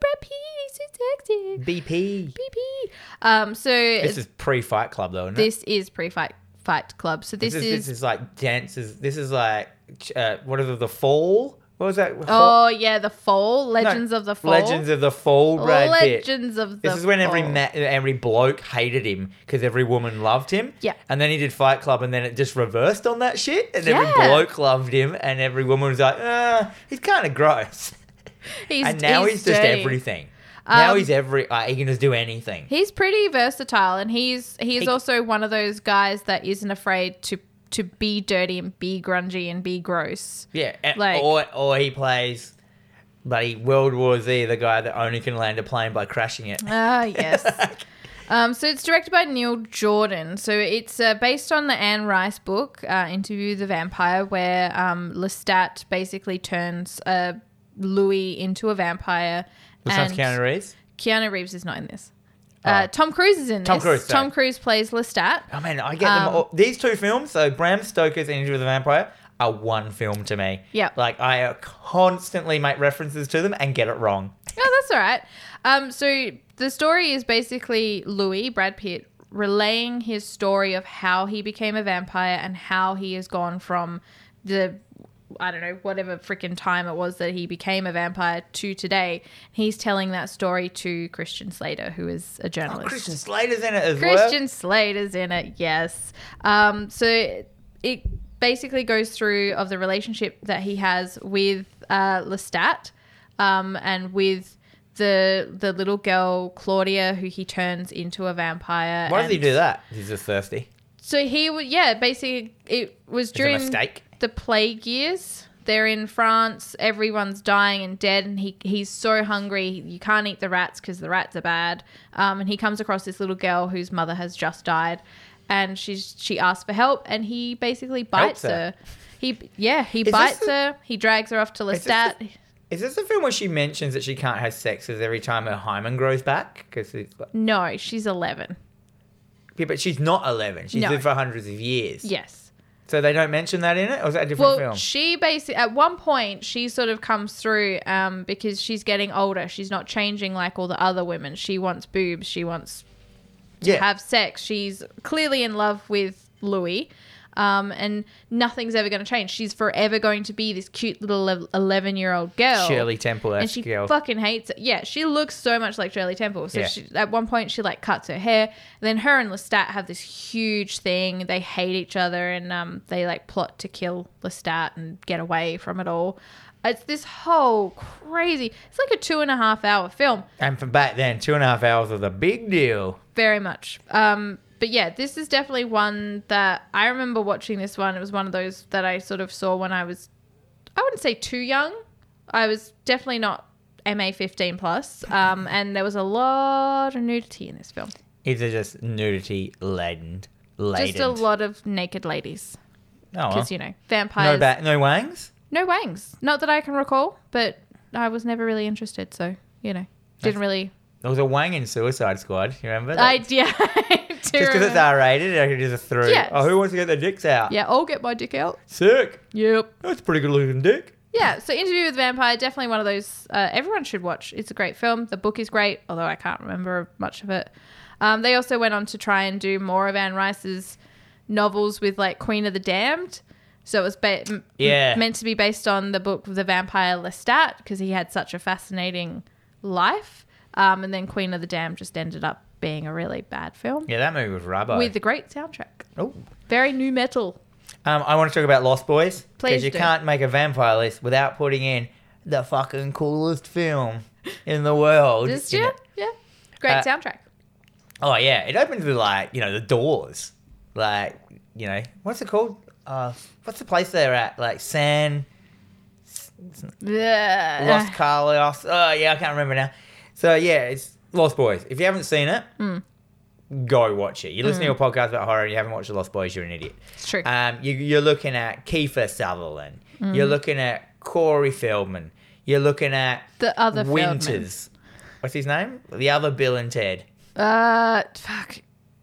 S1: Brad Pitt, he's so sexy."
S2: BP.
S1: Pee pee. Um, so
S2: This
S1: this is,
S2: is pre Fight Club though, isn't it?
S1: pre fight fight club. So this,
S2: This is,
S1: is,
S2: this is like dances. This is like uh, what is it? The fall. What was that? Ho-
S1: Oh yeah, the fall.
S2: no,
S1: Legends of the fall.
S2: Legends of the Fall, Brad Pitt.
S1: Legends of the
S2: This is when every
S1: fall.
S2: ma- every bloke hated him because every woman loved him.
S1: Yeah.
S2: And then he did Fight Club, and then it just reversed on that shit, and every
S1: Yeah.
S2: bloke loved him, and every woman was like, uh, he's kind of gross.
S1: He's,
S2: and now he's, just
S1: dirty.
S2: everything. Now
S1: Um,
S2: he's every. Uh, he can just do anything.
S1: He's pretty versatile, and he's he's
S2: He-
S1: also one of those guys that isn't afraid to to be dirty and be grungy and be gross.
S2: Yeah, and-
S1: Like-
S2: or or he plays bloody World War Z, the guy that only can land a plane by crashing it. <laughs>
S1: Ah, yes. um, so it's directed by Neil Jordan. So it's uh, based on the Anne Rice book, uh, Interview with the Vampire, where um, Lestat basically turns uh, Louis into a vampire.
S2: Besides Keanu Reeves.
S1: Keanu Reeves is not in this.
S2: Oh.
S1: Uh, Tom Cruise is in
S2: Tom
S1: this.
S2: Cruise, sorry.
S1: Tom Cruise plays Lestat.
S2: I mean, Oh, I get them
S1: Um,
S2: all. These two films, so Bram Stoker's Interview with the Vampire, are one film to me.
S1: Yeah.
S2: Like, I constantly make references to them and get it wrong.
S1: <laughs> Oh, that's all right. Um, so the story is basically Louis Brad Pitt relaying his story of how he became a vampire and how he has gone from the I don't know whatever freaking time it was that he became a vampire to today. He's telling that story to Christian Slater, who is a
S2: Oh,
S1: journalist.
S2: Christian Slater's in it as
S1: Christian Slater's in it, yes. Um, so it basically goes through of the relationship that he has with uh, Lestat um, and with the the little girl Claudia, who he turns into a vampire.
S2: well. Why does he
S1: and-
S2: do that? He's just thirsty.
S1: So he would, yeah, basically it was
S2: It's a
S1: during
S2: mistake.
S1: the plague years. They're in France. Everyone's dying and dead, and he he's so hungry. You can't eat the rats because the rats are bad. Um, and he comes across this little girl whose mother has just died, and she's she asks for help, and he basically bites her.
S2: her.
S1: He yeah he
S2: this
S1: bites
S2: the-
S1: her. He drags her off to
S2: this
S1: Lestat.
S2: Is this the film where she mentions that she can't have sex because every time her hymen grows back? Because it's like,
S1: no, she's eleven.
S2: yeah, but she's not 11. She's
S1: No.
S2: lived for hundreds of years.
S1: Yes.
S2: So they don't mention that in it? Or is that a different
S1: Well,
S2: film?
S1: she basically at one point she sort of comes through um, because she's getting older. She's not changing like all the other women. She wants boobs. She wants
S2: yeah.
S1: have sex. She's clearly in love with Louis, um, and nothing's ever going to change. She's forever going to be this cute little eleven-year-old girl.
S2: Shirley Temple
S1: And she
S2: esque girl.
S1: fucking hates it. Yeah, she looks so much like Shirley Temple. So
S2: Yeah.
S1: she, at one point, she like cuts her hair. Then her and Lestat have this huge thing. They hate each other, and um, they like plot to kill Lestat and get away from it all. It's this whole crazy. It's like a two and a half hour film.
S2: and from back then, two and a half hours was a big deal.
S1: Very much. Um, but yeah, this is definitely one that I remember watching this one. It was one of those that I sort of saw when I was, I wouldn't say too young. I was definitely not MA 15 plus. Um, and there was a lot of nudity in this film.
S2: Is it just nudity laden? laden?
S1: Just a lot of naked ladies.
S2: Oh, well.
S1: Because, you know, vampires.
S2: no, ba- no wangs?
S1: no wangs. Not that I can recall, but I was never really interested. So, you know, didn't really.
S2: There was a wang in Suicide Squad. You remember?
S1: <laughs>
S2: That?
S1: I, yeah, I do.
S2: just because it's
S1: remember.
S2: R rated, I could just through.
S1: Yes.
S2: Oh, who wants to get their dicks out?
S1: Yeah, I'll get my dick out.
S2: Sick.
S1: Yep.
S2: That's a pretty good looking dick.
S1: Yeah, so Interview with the Vampire, definitely one of those uh, everyone should watch. It's a great film. The book is great, although I can't remember much of it. Um, they also went on to try and do more of Anne Rice's novels with like Queen of the Damned. So it was ba- m-
S2: Yeah.
S1: meant to be based on the book of The Vampire Lestat because he had such a fascinating life. Um, and then Queen of the Damned just ended up being a really bad film
S2: Yeah, that movie was rubber.
S1: with a great soundtrack.
S2: oh.
S1: Very new metal.
S2: Um, I want to talk about Lost Boys.
S1: Please
S2: you
S1: do.
S2: can't make a vampire list without putting in the fucking coolest film in the world.
S1: Just,
S2: you
S1: yeah,
S2: know.
S1: yeah. Great
S2: Uh,
S1: soundtrack.
S2: Oh yeah, it opens with like you know the doors, like you know what's it called? Uh, what's the place they're at? Like San Lost Carlos. Oh yeah, I can't remember now. So yeah, it's Lost Boys. If you haven't seen it,
S1: Mm.
S2: go watch it. You listen to your podcast about horror and you haven't watched The Lost Boys, you're an idiot.
S1: It's Mm. true. Mm.
S2: Um, you, you're looking at Kiefer Sutherland. You're looking at Corey Feldman. You're looking at
S1: The other Feldman.
S2: Winters. What's his name? The other Bill and Ted.
S1: Uh, fuck.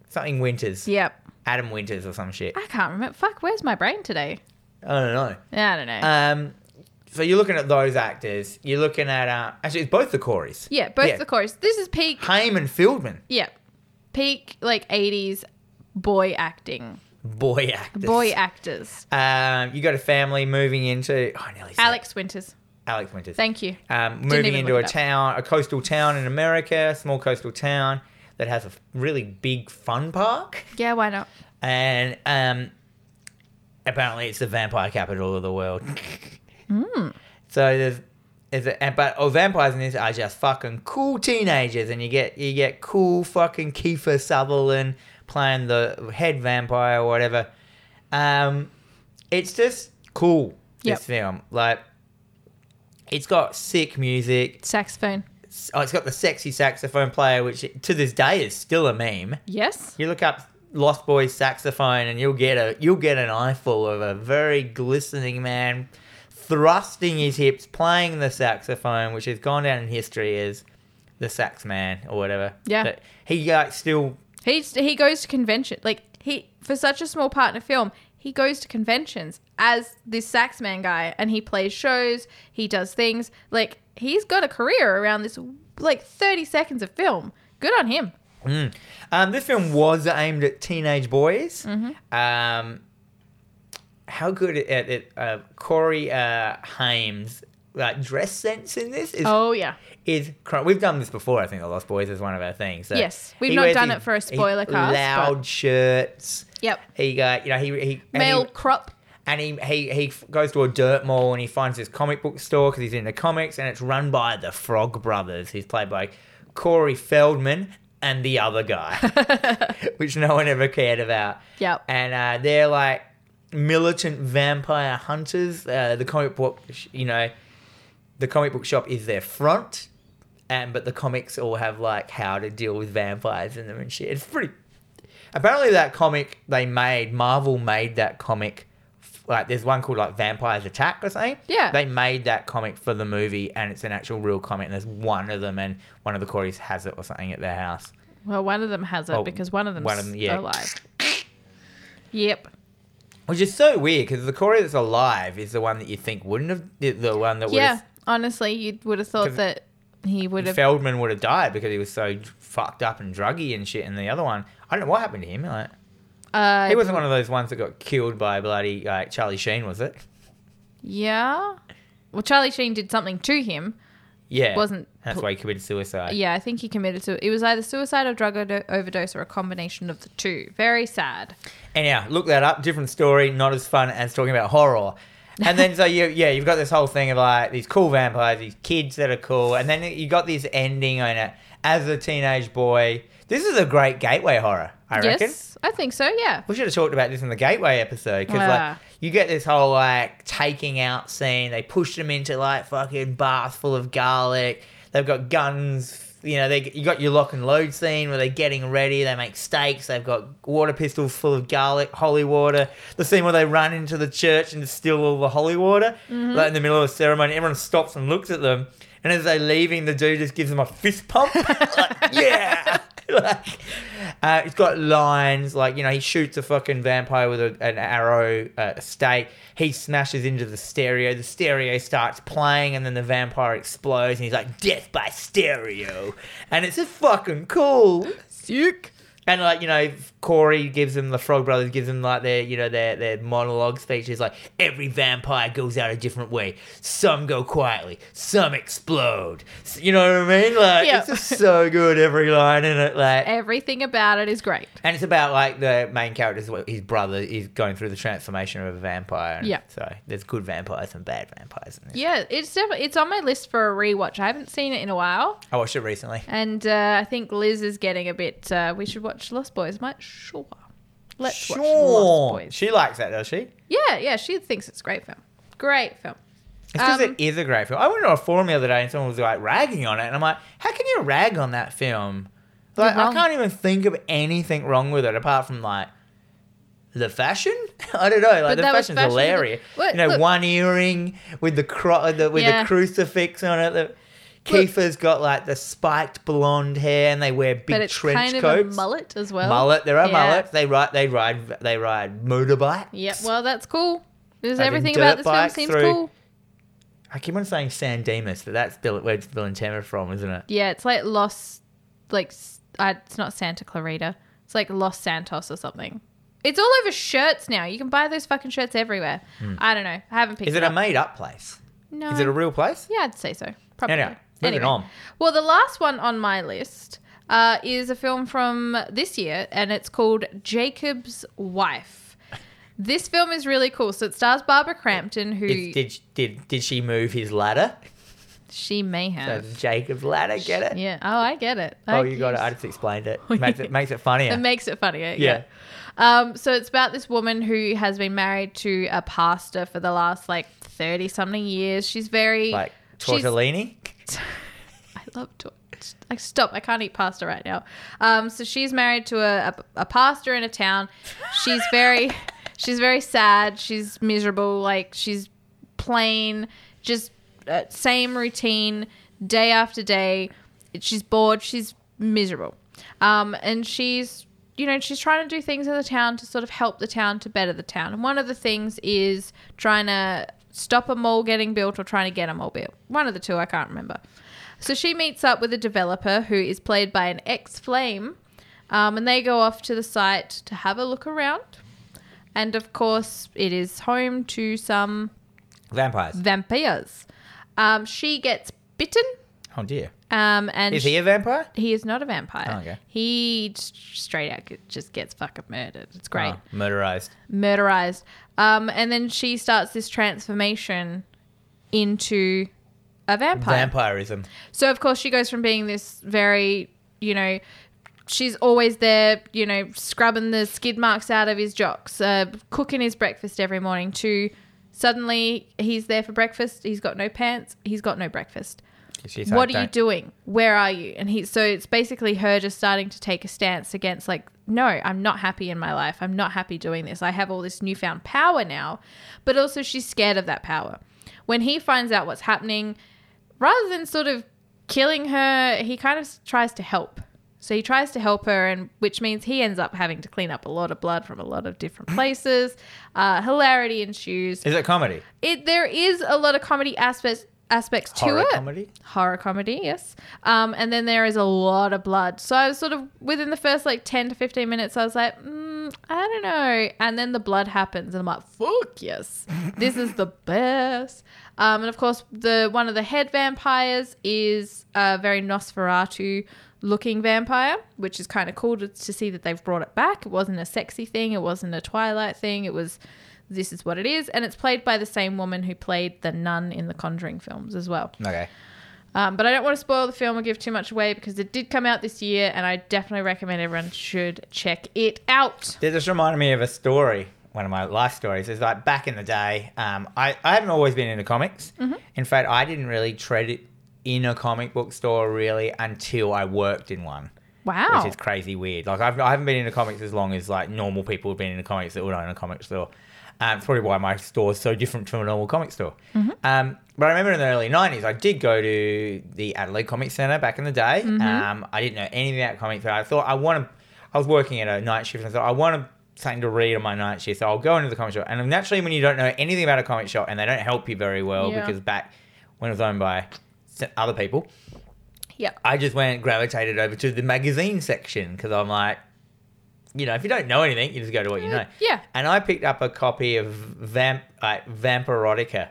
S2: Something Winters.
S1: Yep.
S2: Adam Winters or some shit.
S1: I can't remember. Fuck, where's my brain today?
S2: I don't know.
S1: I don't know.
S2: Um, so you're looking at those actors. You're looking at uh, actually it's both the Coreys.
S1: yeah, both
S2: yeah.
S1: the chorus. This is peak.
S2: Haim and Fieldman.
S1: Yeah. Peak, like, 80s boy acting.
S2: Boy actors.
S1: Boy actors.
S2: Um, you got a family moving into. Oh, I nearly said
S1: Alex Winters.
S2: Alex Winters.
S1: Thank you.
S2: um,
S1: Didn't
S2: moving
S1: even
S2: into
S1: look it
S2: a
S1: up.
S2: town, a coastal town in America, a small coastal town that has a f- really big fun park,
S1: Yeah, why not?
S2: and um, apparently it's the vampire capital of the world. So there's, there's a, and- but oh, vampires in this are just fucking cool teenagers, and you get you get cool fucking Kiefer Sutherland playing the head vampire or whatever. Um, it's just cool.
S1: Yep.
S2: This film, like, it's got sick music.
S1: Saxophone.
S2: Oh, it's got the sexy saxophone player, which to this day is still a meme.
S1: Yes.
S2: You look up Lost Boys saxophone, and you'll get a you'll get an eyeful of a very glistening man thrusting his hips, playing the saxophone, which has gone down in history as the sax man or whatever.
S1: Yeah.
S2: but he like still
S1: He's, he goes to convention. Like he for such a small part in a film, he goes to conventions as this saxman guy, and he plays shows. He does things like he's got a career around this like thirty seconds of film. Good on him.
S2: Mm. Um, this film was aimed at teenage boys. Um, how good at it, uh, Corey uh, Haim's like dress sense in this is
S1: Oh yeah.
S2: is cr- we've done this before. I think the Lost Boys is one of our things. So
S1: Yes. We've
S2: he
S1: not
S2: wears
S1: done
S2: his-
S1: it for a
S2: his
S1: spoiler cast,
S2: Loud shirts.
S1: Yep.
S2: He got you know he he and
S1: Male
S2: he-
S1: crop.
S2: and he, he he f- goes to a dirt mall and he finds this comic book store because he's into comics and it's run by the Frog Brothers, who's played by Corey Feldman and the other guy,
S1: <laughs>
S2: which no one ever cared about.
S1: Yep.
S2: And uh, they're like militant vampire hunters. Uh, the comic book, sh- you know, the comic book shop is their front, and but the comics all have like how to deal with vampires in them and shit. It's pretty Apparently, that comic they made, Marvel made that comic. f- Like, there's one called like Vampires Attack or something.
S1: Yeah.
S2: They made that comic for the movie, and it's an actual real comic. And there's one of them, and one of the Corys has it or something at their house.
S1: Well, one of them has it
S2: Oh,
S1: because one of them's
S2: one of them- yeah.
S1: alive. <laughs> Yep.
S2: Which is so weird because the Corey that's alive is the one that you think wouldn't have the- the one that would
S1: Yeah. Honestly, you would have thought
S2: 'Cause-
S1: that he would have.
S2: have Feldman would have died because he was so fucked up and druggy and shit. And the other one, I don't know what happened to him. Like,
S1: Uh,
S2: he wasn't one of those ones that got killed by bloody like Charlie Sheen, was it?
S1: Yeah. Well, Charlie Sheen did something to him.
S2: Yeah,
S1: Wasn't
S2: That's
S1: pl-
S2: why he committed suicide.
S1: Yeah, I think he committed to. It was either suicide or drug odo- overdose or a combination of the two. Very sad.
S2: Anyhow, look that up. Different story, not as fun as talking about horror. And then so you yeah, you've got this whole thing of like these cool vampires, these kids that are cool, and then you got this ending on it as a teenage boy. This is a great gateway horror, I reckon.
S1: Yes, I think so. Yeah.
S2: We should have talked about this in the Gateway episode because
S1: Ah.
S2: like you get this whole like taking out scene. They push them into like fucking baths full of garlic. They've got guns. You know, they you got your lock and load scene where they're getting ready. They make steaks. They've got water pistols full of garlic, holy water. The scene where they run into the church and steal all the holy water, like in the middle of the ceremony. Everyone stops and looks at them. And as they're leaving, the dude just gives them a fist pump. <laughs> Like, yeah. <laughs> like, uh, it's got lines like you know he shoots a fucking vampire with a, an arrow uh, a stake. He smashes into the stereo. The stereo starts playing, and then the vampire explodes, and he's like death by stereo, and it's just fucking cool.
S1: Sick.
S2: And like you know, Corey gives him the Frog Brothers gives him like their you know their their monologue speeches like every vampire goes out a different way. Some go quietly, some explode. S- You know what I mean? Like
S1: Yeah.
S2: it's just so good every line in it. Like
S1: Everything about it is great.
S2: and it's about like the main character's his brother is going through the transformation of a vampire. And
S1: Yeah.
S2: So there's good vampires and bad vampires in this.
S1: Yeah, it's definitely it's on my list for a rewatch. I haven't seen it in a while,
S2: I watched it recently.
S1: and uh, I think Liz is getting a bit. Uh, we should watch Lost Boys, might sure. Let's watch Lost Boys.
S2: She likes that, does she?
S1: Yeah, yeah, she thinks it's a great film. Great film.
S2: It's because
S1: Um,
S2: it is a great film. I went on a forum the other day and someone was like ragging on it, and I'm like, how can you rag on that film? Like,
S1: You're
S2: I
S1: wrong.
S2: can't even think of anything wrong with it apart from like the fashion. <laughs> I don't know. Like
S1: But
S2: the
S1: that was
S2: fashion's
S1: fashion.
S2: hilarious.
S1: Look,
S2: you know,
S1: look.
S2: one earring with the cro- the, with
S1: Yeah.
S2: the crucifix on it. The,
S1: Look.
S2: Kiefer's got like the spiked blonde hair, and they wear big
S1: But it's
S2: trench
S1: kind of a
S2: coats.
S1: mullet as well.
S2: mullet. There are
S1: Yeah.
S2: mullets. They ride. They ride. They ride motorbikes.
S1: Yeah, well, that's cool. There's
S2: As in
S1: everything
S2: dirt
S1: about this film
S2: bikes
S1: seems
S2: through-
S1: cool.
S2: I keep on saying San Dimas, but that's Bill, where it's Bill and Tamara from, isn't it?
S1: Yeah, it's like Los, like s- I, it's not Santa Clarita. It's like Los Santos or something. It's all over shirts now. You can buy those fucking shirts everywhere. I don't know. I haven't picked
S2: Hmm. Is
S1: it,
S2: it a
S1: up.
S2: made up place?
S1: No.
S2: Is it a real place?
S1: Yeah, I'd say so. Probably.
S2: Anyway, moving on.
S1: Well, the last one on my list uh, is a film from this year, and it's called Jacob's Wife. This film is really cool. So it stars Barbara Crampton, who
S2: It's, did did did she move his ladder?
S1: she may have.
S2: Does Jacob's ladder. Get it?
S1: Yeah. Oh, I get it.
S2: Oh,
S1: I
S2: you got it.
S1: guess. Oh,
S2: I just explained
S1: <laughs>
S2: it. Makes it makes it funnier.
S1: It makes it funnier. Yeah.
S2: Yeah.
S1: Um, so it's about this woman who has been married to a pastor for the last like 30 something years. She's very
S2: like
S1: she's-
S2: tortellini.
S1: I love to. Like, stop. I can't eat pasta right now. Um, so she's married to a, a, a pastor in a town. She's very, she's very sad. She's miserable. Like she's plain, just uh, same routine day after day. She's bored. She's miserable. Um, and she's, you know, she's trying to do things in the town to sort of help the town to better the town. And one of the things is trying to stop a mall getting built or trying to get a mall built. One of the two. I can't remember. So she meets up with a developer who is played by an ex flame, um, and they go off to the site to have a look around. And of course, it is home to some
S2: Vampires.
S1: Mm. vampires. Um, she gets bitten,
S2: Oh dear.
S1: um, and
S2: Is he a vampire?
S1: he is not a vampire.
S2: Oh, okay.
S1: He s- straight out g- just gets fucking murdered. It's great
S2: Oh, murderized.
S1: murderized. Um, and then she starts this transformation into a vampire.
S2: Vampirism.
S1: so of course she goes from being this very, you know, she's always there, you know, scrubbing the skid marks out of his jocks, uh, cooking his breakfast every morning to suddenly he's there for breakfast. He's got no pants. He's got no breakfast
S2: She's
S1: what
S2: like,
S1: are you
S2: "Don't-
S1: doing where are you and he so it's basically her just starting to take a stance against like no i'm not happy in my life i'm not happy doing this i have all this newfound power now but also she's scared of that power when he finds out what's happening rather than sort of killing her he kind of s- tries to help so he tries to help her and which means he ends up having to clean up a lot of blood from a lot of
S2: <clears throat>
S1: different places uh, hilarity ensues
S2: Is it comedy?
S1: it there is a lot of comedy aspects aspects to
S2: Horror
S1: it
S2: comedy?
S1: horror comedy yes um and then there is a lot of blood so i was sort of within the first like 10 to 15 minutes i was like mm, i don't know and then the blood happens and i'm like fuck yes this is the best um and of course the one of the head vampires is a very nosferatu looking vampire which is kind of cool to, to see that they've brought it back it wasn't a sexy thing it wasn't a twilight thing it was this is what it is and it's played by the same woman who played the nun in the conjuring films as well
S2: Okay.
S1: um, but I don't want to spoil the film or give too much away because it did come out this year, and I definitely recommend everyone should check it out.
S2: That just reminded me of a story, one of my life stories. It's like back in the day, um, I, I haven't always been into comics. In fact, I didn't really tread it in a comic book store really until I worked in one.
S1: Wow.
S2: Which is crazy weird. Like I've, I haven't been into comics as long as like normal people have been into comics that would own a comic store. Um, it's probably why my store is so different from a normal comic store.
S1: Mm-hmm.
S2: Um, but I remember in the early '90s, I did go to the Adelaide Comic Centre back in the day.
S1: Mm-hmm.
S2: Um, I didn't know anything about comics, but I thought I want to. I was working at a night shift, and I thought I want to something to read on my night shift, so I'll go into the comic shop. And naturally, when you don't know anything about a comic shop, and they don't help you very well
S1: Yeah.
S2: because back when it was owned by s- other people,
S1: yeah.
S2: I just went gravitated over to the magazine section because I'm like, you know, if you don't know anything, you just go to what you know.
S1: Mm, yeah.
S2: And I picked up a copy of Vamp like Vampirotica,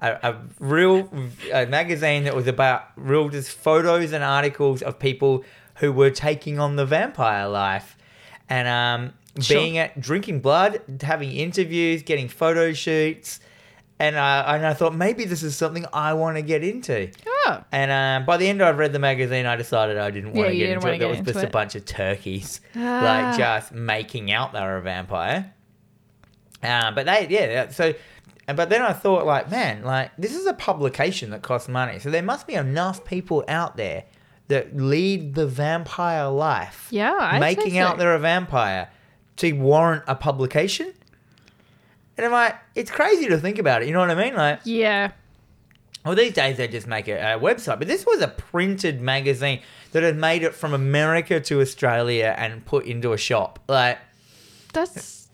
S2: a, a real a magazine that was about real just photos and articles of people who were taking on the vampire life, and um,
S1: Sure.
S2: being at drinking blood, having interviews, getting photo shoots. And I, and I thought maybe this is something I want to get into.
S1: Oh.
S2: And um, by the end, I've read the magazine. I decided I didn't
S1: Yeah,
S2: want to
S1: you
S2: get
S1: didn't
S2: into
S1: wanna
S2: it. There
S1: get
S2: was
S1: into
S2: just a
S1: it.
S2: bunch of turkeys,
S1: <sighs> Ah.
S2: like just making out they were a vampire. Uh, but they, yeah. that- So, but then I thought, like, man, like this is a publication that costs money, so there must be enough people out there that lead the vampire life.
S1: Yeah, I'd say
S2: making
S1: so.
S2: out they're a vampire to warrant a publication. And I'm like, it's crazy to think about it. You know what I mean? Like,
S1: Yeah.
S2: well, these days they just make a, a website, but this was a printed magazine that had made it from America to Australia and put into a shop. Like,
S1: That's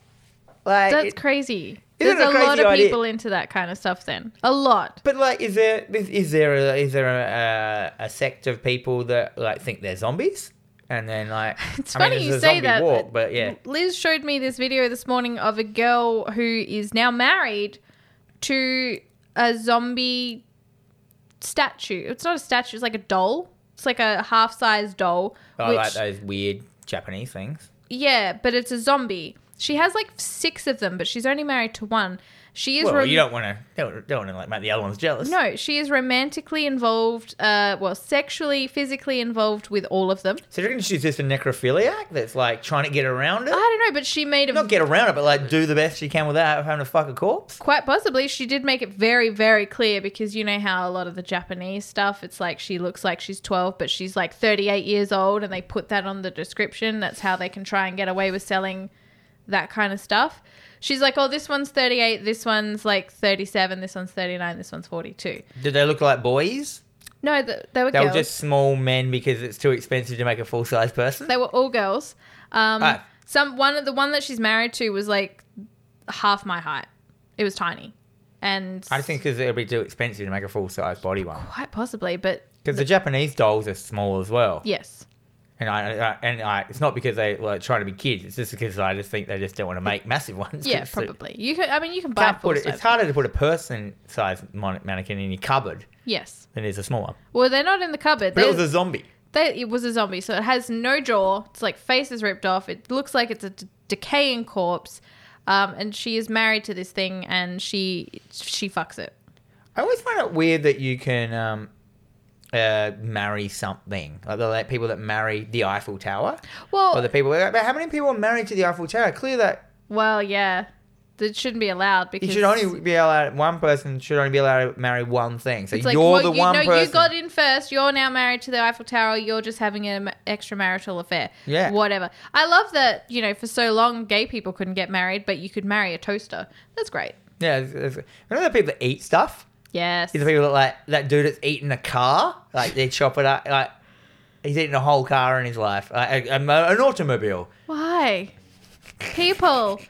S2: like,
S1: that's
S2: it-
S1: crazy.
S2: Isn't
S1: There's a,
S2: it a crazy
S1: lot of
S2: idea?
S1: people into that kind of stuff. Then a lot.
S2: but like, is there is, is there a, is there a, a, a sect of people that like think they're zombies? And then like,
S1: <laughs> It's
S2: I mean,
S1: funny
S2: it's
S1: you
S2: a
S1: say
S2: zombie
S1: that,
S2: Walk,
S1: but-
S2: but yeah,
S1: Liz showed me this video this morning of a girl who is now married to a zombie statue. It's not a statue. It's like a doll. It's like a half-sized doll.
S2: Oh, I like
S1: which-
S2: those weird Japanese things.
S1: Yeah, but it's a zombie. She has like six of them, but she's only married to one. She is.
S2: Well,
S1: rom-
S2: you don't want to don't, don't want to like make the other ones jealous.
S1: No, she is romantically involved. Uh, well, sexually, physically involved with all of them.
S2: So do you reckon she's just a necrophiliac that's like trying to get around it?
S1: I don't know, but she made a
S2: Not get around it, but like do the best she can without having to fuck a corpse.
S1: quite possibly she did make it very very clear because you know how a lot of the japanese stuff it's like she looks like she's 12 but she's like 38 years old and they put that on the description that's how they can try and get away with selling that kind of stuff she's like oh this one's 38 this one's like 37 this one's 39 this one's 42
S2: Did they look like boys?
S1: no th- they were
S2: They
S1: girls
S2: were just small men because it's too expensive to make a full size person.
S1: they were all girls um
S2: Ah.
S1: some one of the one that she's married to was like half my height it was tiny and
S2: I just think because it'll be too expensive to make a full size body one.
S1: quite possibly but
S2: Because the Japanese dolls are small as well.
S1: yes
S2: And I, I and I, it's not because they were trying to be kids. It's just because I just think they just don't want to make massive ones.
S1: Yeah,
S2: It's- it-
S1: probably. You can. I mean, you can buy
S2: Can't
S1: full
S2: put it,
S1: size.
S2: it's harder to put a person size mannequin in your cupboard
S1: Yes.
S2: than it is a small one.
S1: Well, they're not in the cupboard.
S2: But
S1: They,
S2: it was a zombie.
S1: they, it was a zombie, so it has no jaw. It's like face is ripped off. It looks like it's a d- decaying corpse. Um, and she is married to this thing, and she she fucks it.
S2: I always find it weird that you can um, uh, marry something. Like the like, people that marry the Eiffel Tower.
S1: Well,
S2: Or the people. But how many people are married to the Eiffel Tower? Clear that
S1: well, yeah. That shouldn't be allowed because
S2: you should only be allowed, one person should only be allowed to marry one thing. So
S1: It's
S2: you're
S1: like, well,
S2: the
S1: you
S2: one
S1: know,
S2: person.
S1: you got in first. You're now married to the Eiffel Tower. You're just having an extramarital affair.
S2: Yeah.
S1: Whatever. I love that, you know, for so long, gay people couldn't get married, but you could marry a toaster. That's great.
S2: yeah, it's, it's, you know the people that eat stuff?
S1: Yes.
S2: These are people that like that dude that's eating a car, like they chop it up, like he's eating a whole car in his life, like a, a mo- an automobile.
S1: Why? People.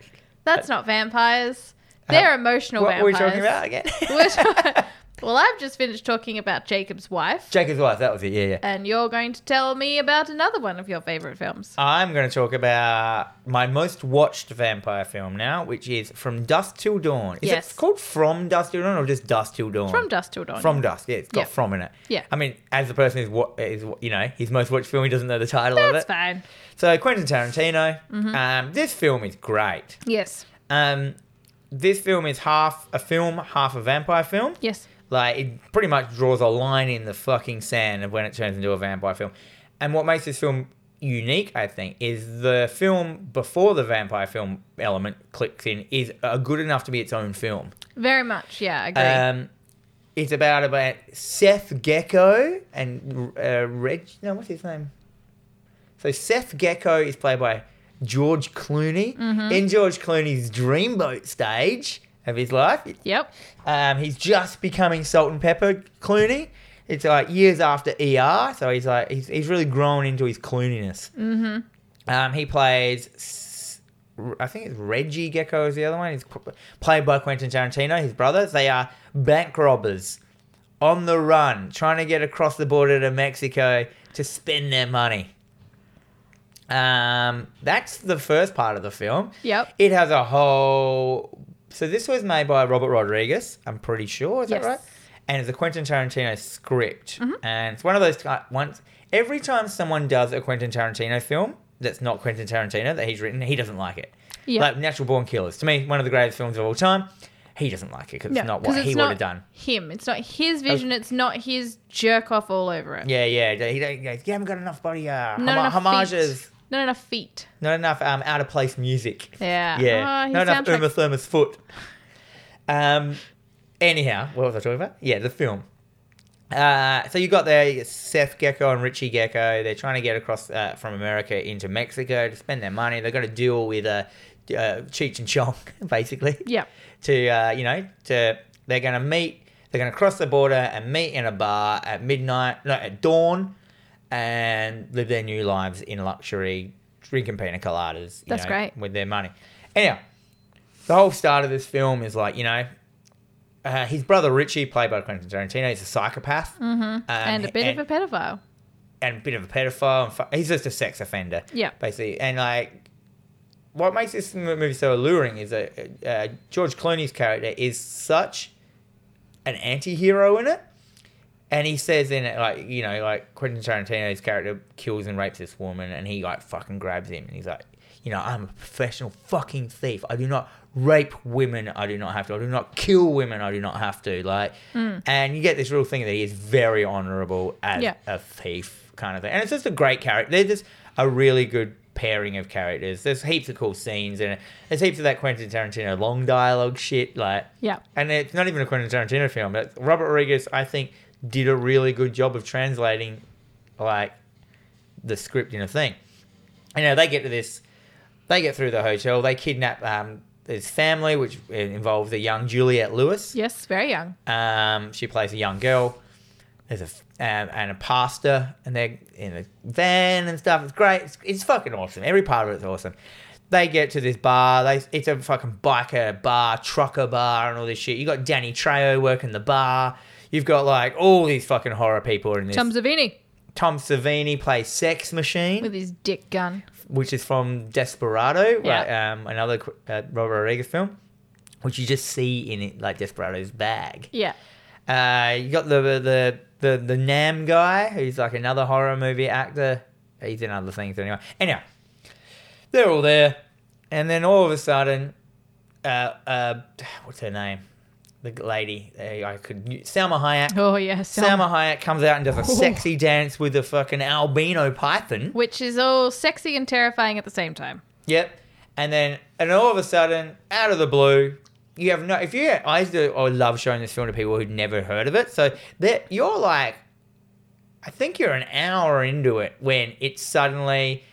S1: That's not vampires. They're emotional
S2: Uh, what
S1: vampires.
S2: were we talking about again?
S1: <laughs>
S2: <laughs>
S1: We're- <laughs> well, I've just finished talking about Jacob's wife,
S2: Jacob's wife. That was it. Yeah, yeah.
S1: and you're going to tell me about another one of your favorite films.
S2: I'm going to talk about my most watched vampire film now, which is From Dusk Till Dawn. Is
S1: Yes.
S2: it called From Dusk Till Dawn or just Dusk Till Dawn?
S1: From Dust Till Dawn.
S2: From Dusk. Yeah, it's got
S1: Yeah.
S2: From in it.
S1: Yeah.
S2: I mean, as the person is what is wa- you know his most watched film, he doesn't know the title of
S1: That's
S2: it.
S1: fine. Mm-hmm.
S2: So Quentin Tarantino. Um, this film is great.
S1: Yes.
S2: Um, this film is half a film, half a vampire film.
S1: Yes.
S2: Like it pretty much draws a line in the fucking sand of when it turns into a vampire film. And what makes this film unique, I think, is the film before the vampire film element clicks in is uh, good enough to be its own film.
S1: Very much. Yeah, I agree.
S2: Um, it's about about Seth Gecko and uh, Reg. No, what's his name? So Seth Gecko is played by George Clooney in George Clooney's dreamboat stage of his life.
S1: yep.
S2: Um, he's just becoming Salt and Pepper Clooney. It's like years after ER, so he's like he's, he's really grown into his Clooniness. Mm-hmm. Um, he plays, S- I think it's Reggie Gecko is the other one. He's qu- played by Quentin Tarantino. His brothers, they are bank robbers on the run, trying to get across the border to Mexico to spend their money. Um, that's the first part of the film.
S1: Yep.
S2: It has a whole. So this was made by Robert Rodriguez. I'm pretty sure. Is
S1: Yes. Mm-hmm.
S2: that right? And it's a Quentin Tarantino script, and it's one of those ti- once every time someone does a Quentin Tarantino film that's not Quentin Tarantino that he's written, he doesn't like it.
S1: Yeah.
S2: Like Natural Born Killers, to me, one of the greatest films of all time. He doesn't like it because
S1: Yeah,
S2: it's not
S1: 'cause
S2: what he
S1: it's
S2: would
S1: not
S2: have done.
S1: Him. It's not his vision. It's not his jerk off all over it.
S2: Yeah, yeah. He, he goes, "You haven't got enough body uh,
S1: Not
S2: homo-
S1: enough
S2: homages."
S1: feet. Not enough feet.
S2: Not enough um, out of place music.
S1: Yeah.
S2: Yeah.
S1: Oh, his
S2: Not enough
S1: soundtrack-
S2: Uma Thurman's foot. Um, anyhow, what was I talking about? Yeah, the film. Uh, so you got there, Seth Gecko and Richie Gecko. They're trying to get across uh, from America into Mexico to spend their money. They've got to deal with uh, uh, Cheech and Chong, <laughs> basically.
S1: Yeah.
S2: To uh, you know, to they're going to meet. They're going to cross the border and meet in a bar at midnight, no, at dawn, and live their new lives in luxury, drinking pina coladas. you
S1: That's
S2: know,
S1: great.
S2: With their money. Anyhow, the whole start of this film is like you know, uh, his brother Richie, played by Quentin Tarantino, is a psychopath mm-hmm.
S1: and a bit of a pedophile.
S2: and a bit of a pedophile. And fu- he's just a sex offender.
S1: Yeah.
S2: Basically. And like, what makes this uh, m- movie so alluring is that uh, George Clooney's character is such an anti-hero in it. And he says in it, like, you know, like Quentin Tarantino's character kills and rapes this woman and he like fucking grabs him and he's like, you know, I'm a professional fucking thief. I do not rape women. I do not have to. I do not kill women. I do not have to. Like, and you get this real thing that he is very honorable as
S1: Mm. Yeah.
S2: a thief kind of thing. And it's just a great character. They're just a really good pairing of characters. There's heaps of cool scenes and there's heaps of that Quentin Tarantino long dialogue shit. Like,
S1: Yeah.
S2: and it's not even a Quentin Tarantino film, but Robert Rodriguez, I think, did a really good job of translating, like, the script in a thing. And now they get to this, they get through the hotel, they kidnap um, his family, which uh, involves a young Juliette Lewis.
S1: Yes, very young.
S2: Um, she plays a young girl. There's a f- um, and a pastor, and they're in a van and stuff. It's great. It's, it's fucking awesome. Every part of it's awesome. They get to this bar. They it's a fucking biker bar, trucker bar, and all this shit. You got Danny Trejo working the bar. You've got like all these fucking horror people in this.
S1: Tom Savini
S2: Tom Savini plays Sex Machine
S1: with his dick gun.
S2: which is from Desperado,
S1: Yeah.
S2: right? Um, another qu- uh, Robert Rodriguez film, which you just see in it, like Desperado's bag.
S1: Yeah.
S2: Uh, you got the the the the Nam guy, who's like another horror movie actor. He's in other things anyway. Anyway, they're all there, and then all of a sudden, uh, uh, what's her name? The g- lady, uh, I could Salma Hayek.
S1: Oh yes.
S2: Salma Hayek comes out and does a sexy dance with a fucking albino python.
S1: Which is all sexy and terrifying at the same time.
S2: Yep. And then, and all of a sudden, out of the blue, you have no. If you, I used to, I love showing this film to people who'd never heard of it. So that you're like, I think you're an hour into it when it's suddenly,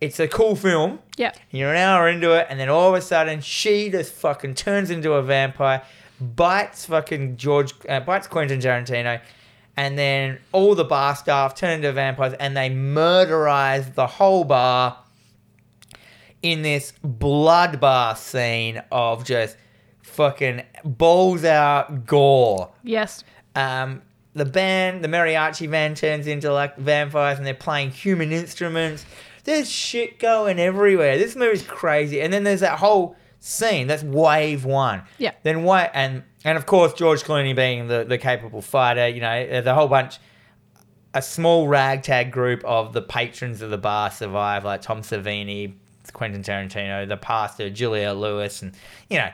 S2: it's a cool film.
S1: Yeah.
S2: You're an hour into it, and then all of a sudden, she just fucking turns into a vampire, bites fucking George, uh, bites Quentin Tarantino, and then all the bar staff turn into vampires, and they murderize the whole bar in this bloodbath scene of just fucking balls out gore.
S1: Yes.
S2: Um, the band, the mariachi band, turns into like vampires, and they're playing human instruments. There's shit going everywhere. This movie's crazy. And then there's that whole scene. That's wave one.
S1: Yeah.
S2: Then why? And and of course George Clooney being the the capable fighter. You know, there's a whole bunch. A small ragtag group of the patrons of the bar survive, like Tom Savini, Quentin Tarantino, the pastor, Julia Lewis, and you know,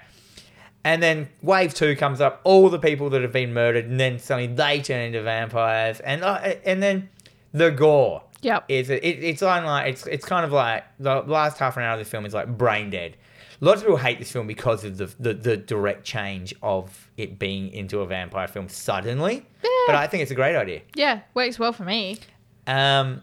S2: and then wave two comes up, all the people that have been murdered, and then suddenly they turn into vampires, and uh, and then the gore
S1: Yep.
S2: is it, it's unlike it's it's kind of like the last half an hour of the film is like brain dead. Lots of people hate this film because of the the, the direct change of it being into a vampire film suddenly, but I think it's a great idea.
S1: Yeah. Works well for me.
S2: Um,